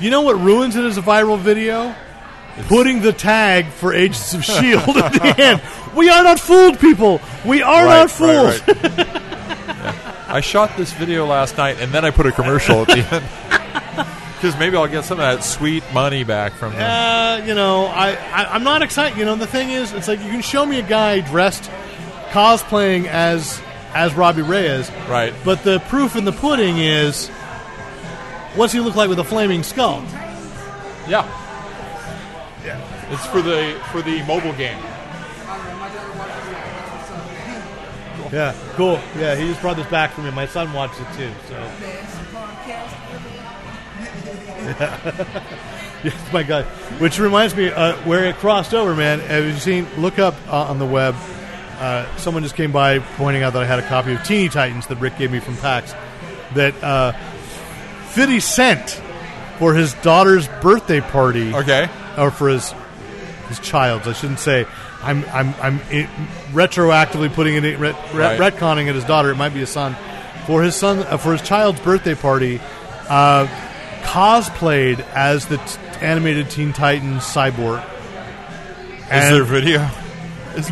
D: You know what ruins it as a viral video? Putting the tag for Agents of Shield at the end. We are not fooled, people. We are
C: Right,
D: not
C: right,
D: fooled.
C: right. Yeah. I shot this video last night, and then I put a commercial at the end because maybe I'll get some of that sweet money back from them.
D: Uh, you know, I, I I'm not excited. You know, the thing is, it's like you can show me a guy dressed cosplaying as as Robbie Reyes,
C: Right.
D: But the proof in the pudding is, what's he look like with a flaming skull?
C: Yeah. Yeah. It's for the for the mobile game.
D: Yeah, cool. Yeah, he just brought this back for me. My son watched it too. So. yes, my God. Which reminds me, uh, where it crossed over, man. Have you seen? Look up uh, on the web. Uh, someone just came by pointing out that I had a copy of Teeny Titans that Rick gave me from PAX. That uh, 50 Cent for his daughter's birthday party
C: Okay.
D: or for his his child's. I shouldn't say. I'm I'm I'm i retroactively putting it in- re, re,
C: Right.
D: retconning it his daughter. It might be his son. For his son uh, for his child's birthday party, uh, cosplayed as the t- animated Teen Titans cyborg. And-
C: video?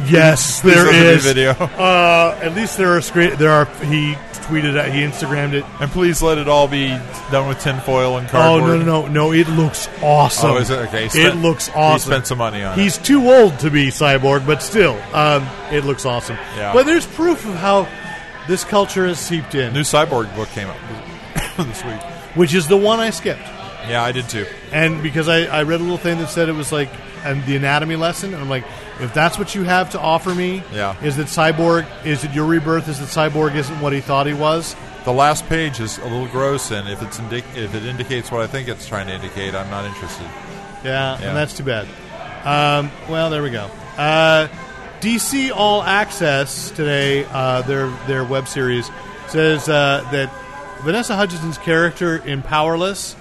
D: Yes,
C: Please
D: there
C: let there be
D: is
C: video.
D: Uh, at least there are screen. There are. He tweeted. it, He Instagrammed it.
C: And please let it all be done with tinfoil and
D: Oh
C: cardboard.
D: no, no, no, no! It looks awesome.
C: Oh, is it? Okay, he
D: it
C: spent-
D: looks
C: he
D: awesome.
C: spent some money on it.
D: He's too old to be cyborg, but still, um, it looks awesome.
C: Yeah.
D: But there's proof of how this culture has seeped in,
C: New Cyborg book came out this week.
D: which is the one I skipped,
C: Yeah, I did too.
D: and because I, I read a little thing that said it was like and the anatomy lesson, and I'm like, if that's what you have to offer me,
C: Yeah.
D: is that cyborg? Is it your rebirth? Is that cyborg isn't what he thought he was?
C: The last page is a little gross, and if it's indic- if it indicates what I think it's trying to indicate, I'm not interested.
D: Yeah,
C: Yeah.
D: and that's too bad. Um, well, there we go. Uh, DC All Access today, uh, their their web series says uh, that Vanessa Hudgens' character in Powerless,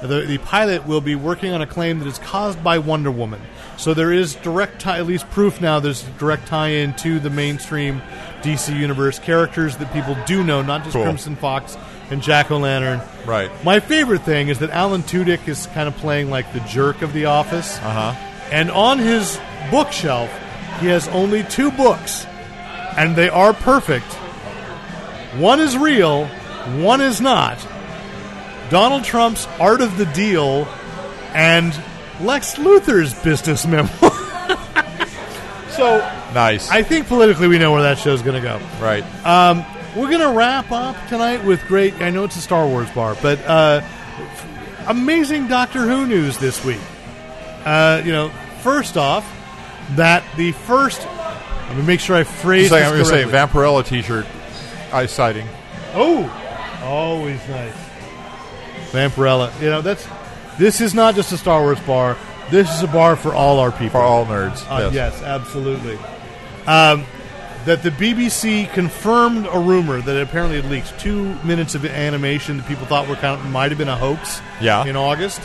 D: the, the pilot, will be working on a claim that is caused by Wonder Woman. So there is direct tie, at least proof now. There's direct tie-in to the mainstream DC universe characters that people do know, not just
C: Cool.
D: Crimson Fox and Jack O' Lantern.
C: Right.
D: My favorite thing is that Alan Tudyk is kind of playing like the jerk of The Office.
C: Uh huh.
D: And on his bookshelf, he has only two books, and they are perfect. One is real, one is not. Donald Trump's Art of the Deal and Lex Luthor's business memoir. so
C: Nice.
D: I think politically we know where that show's going to go.
C: right.
D: We're going to wrap up tonight with great. I know it's a Star Wars bar, but uh, f- amazing Doctor Who news this week. Uh, you know, first off, that the first. I'm going to make sure I phrase
C: Just like
D: this
C: I'm going to say
D: correctly.
C: Vampirella T-shirt, eye sighting.
D: Oh, always nice. Vampirella. You know, that's. This is not just a Star Wars bar. This is a bar for all our people.
C: for all nerds.
D: Uh, yes. absolutely. Um, that the BBC confirmed a rumor that apparently had leaked two minutes of animation that people thought were kind of, might have been a hoax.
C: Yeah.
D: In August,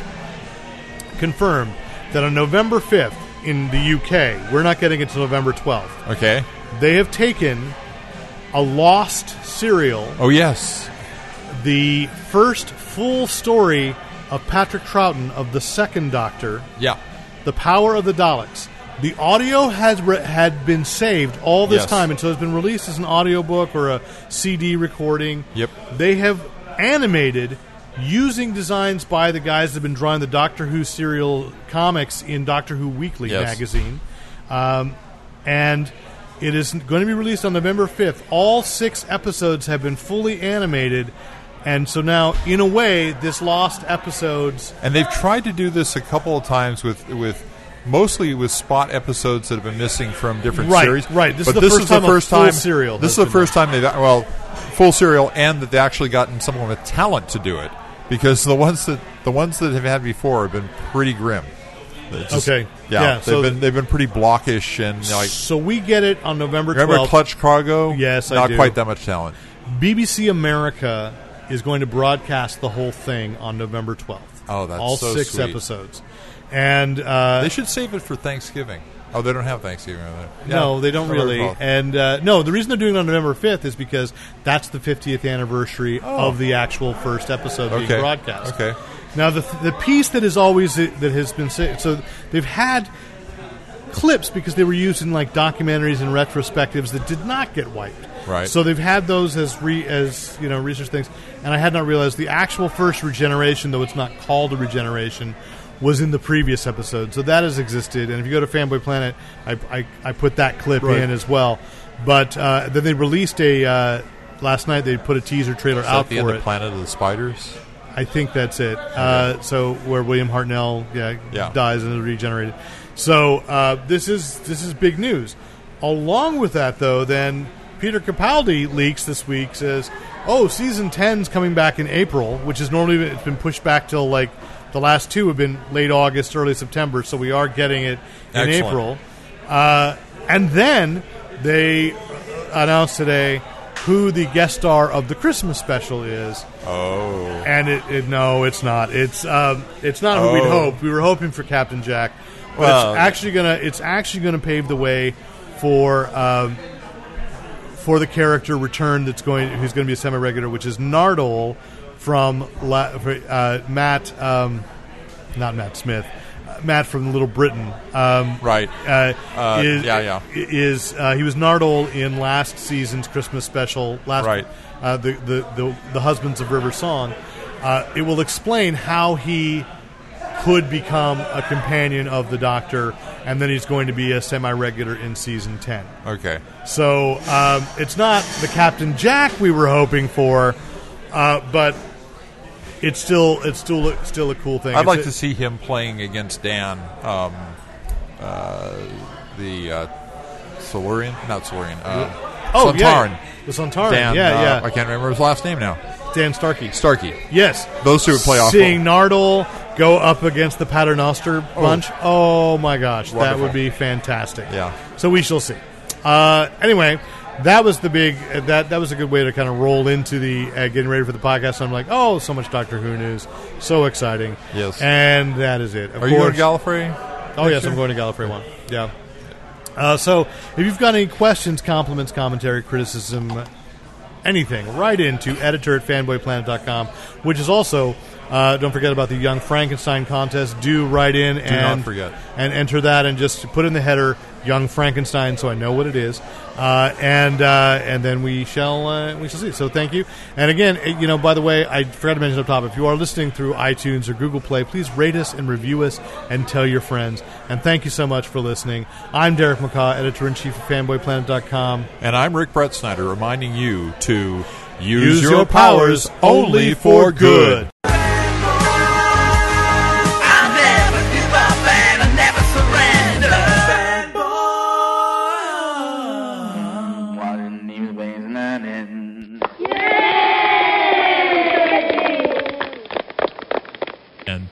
D: confirmed that on November fifth in the UK, we're not getting it to November twelfth.
C: Okay.
D: They have taken a lost serial,
C: Oh yes.
D: the first full story of Patrick Troughton of the Second Doctor.
C: Yeah.
D: The Power of the Daleks. The audio has re- had been saved all this
C: Yes.
D: time, and so it's been released as an audiobook or a CD recording.
C: Yep.
D: They have animated using designs by the guys that have been drawing the Doctor Who serial comics in Doctor Who Weekly
C: Yes.
D: magazine. Um, and it is going to be released on November 5th. All six episodes have been fully animated, and so now, in a way, this lost episodes.
C: And they've tried to do this a couple of times with with mostly with spot episodes that have been missing from different
D: Right,
C: series.
D: right. This
C: but
D: is the
C: this
D: first
C: is
D: time
C: the
D: a
C: first
D: full
C: time
D: serial
C: This
D: has
C: is the
D: been
C: first time they've well, full serial, and that they actually gotten someone with talent to do it because the ones that the ones that have had before have been pretty grim. They just-
D: Okay.
C: Yeah.
D: Yeah,
C: they've
D: so-
C: been they've been pretty blockish and like.
D: So we get it on November 12th.
C: Remember Clutch Cargo?
D: Yes, I
C: not
D: do.
C: quite that much talent.
D: BBC America is going to broadcast the whole thing on November 12th.
C: Oh, that's
D: all
C: so
D: six
C: sweet.
D: episodes. And uh,
C: They should save it for Thanksgiving. Oh, they don't have Thanksgiving. over there. Yeah.
D: No, they don't
C: I recall.
D: really. And uh, no, the reason they're doing it on November 5th is because that's the 50th anniversary of the actual first episode
C: Oh. Okay.
D: being broadcast.
C: Okay.
D: Now the the piece that is always uh, that has been sa- so they've had clips because they were used in like documentaries and retrospectives that did not get wiped.
C: Right.
D: So they've had those as re, as you know research things, and I had not realized the actual first regeneration, though it's not called a regeneration, was in the previous episode. So that has existed, and if you go to Fanboy Planet, I I, I put that clip
C: Right.
D: in as well. But uh, then they released a uh, last night. They put a teaser trailer
C: Is
D: out
C: that the
D: for
C: end
D: it.
C: of Planet of the Spiders?
D: I think that's it. Uh, so where William Hartnell yeah,
C: Yeah.
D: dies and is regenerated. So uh, this is this is big news. Along with that, though, then Peter Capaldi leaks this week says, "Oh, season 10's coming back in April, which is normally it's been pushed back till like the last two have been late August, early September. So we are getting it in
C: Excellent.
D: April." Uh, and then they announced today who the guest star of the Christmas special is.
C: Oh,
D: And it, it no, it's not. It's um, it's not who we'd
C: Oh.
D: hope. We were hoping for Captain Jack, but
C: Well-
D: it's actually gonna it's actually gonna pave the way for um, for the character return that's going who's going to be a semi regular, which is Nardole from La, for, uh, Matt, um, not Matt Smith, uh, Matt from Little Britain. Um,
C: right.
D: uh,
C: Uh,
D: is,
C: yeah, yeah.
D: Is uh, he was Nardole in last season's Christmas special? Last,
C: Right.
D: Uh, the, the the the husbands of River Song. Uh, it will explain how he could become a companion of the Doctor, and then he's going to be a semi-regular in season ten.
C: Okay.
D: So um, it's not the Captain Jack we were hoping for, uh, but it's still it's still still a cool thing.
C: I'd
D: It's
C: like to
D: a-
C: see him playing against Dan, um, uh, the uh, Solarian, not Solarian, uh,
D: oh
C: Suntarn.
D: yeah, the Santarin.
C: Dan,
D: yeah,
C: uh,
D: yeah.
C: I can't remember his last name now.
D: Dan Starkey.
C: Starkey.
D: Yes,
C: Those two would play off.
D: Seeing Nardole go up against the Paternoster bunch. Oh, my gosh, that
C: Wonderful.
D: would be fantastic.
C: Yeah.
D: So we shall see. Uh, anyway, that was the big uh, that that was a good way to kind of roll into the uh, getting ready for the podcast. I'm like, oh, so much Doctor Who news, so exciting.
C: Yes.
D: And that is it. Of
C: Are you going
D: course,
C: to Gallifrey?
D: Oh yes, I'm going to Gallifrey one. Yeah. Uh, so if you've got any questions, compliments, commentary, criticism, anything, write into editor at fanboyplanet.com, which is also uh, don't forget about the Young Frankenstein contest. Do write in and
C: forget.
D: and enter that and just put in the header Young Frankenstein so I know what it is. Uh, and uh, and then we shall uh, we shall see. So thank you. And again, eh, you know, by the way, I forgot to mention up top. If you are listening through iTunes or Google Play, please rate us and review us and tell your friends. And thank you so much for listening. I'm Derek McCaw, editor in chief of FanboyPlanet.com.
C: And I'm Rick Brett Snyder reminding you to use,
D: Use your powers only for good.
B: I never give up and I never surrender.
G: Warren News Ways Learning.
C: And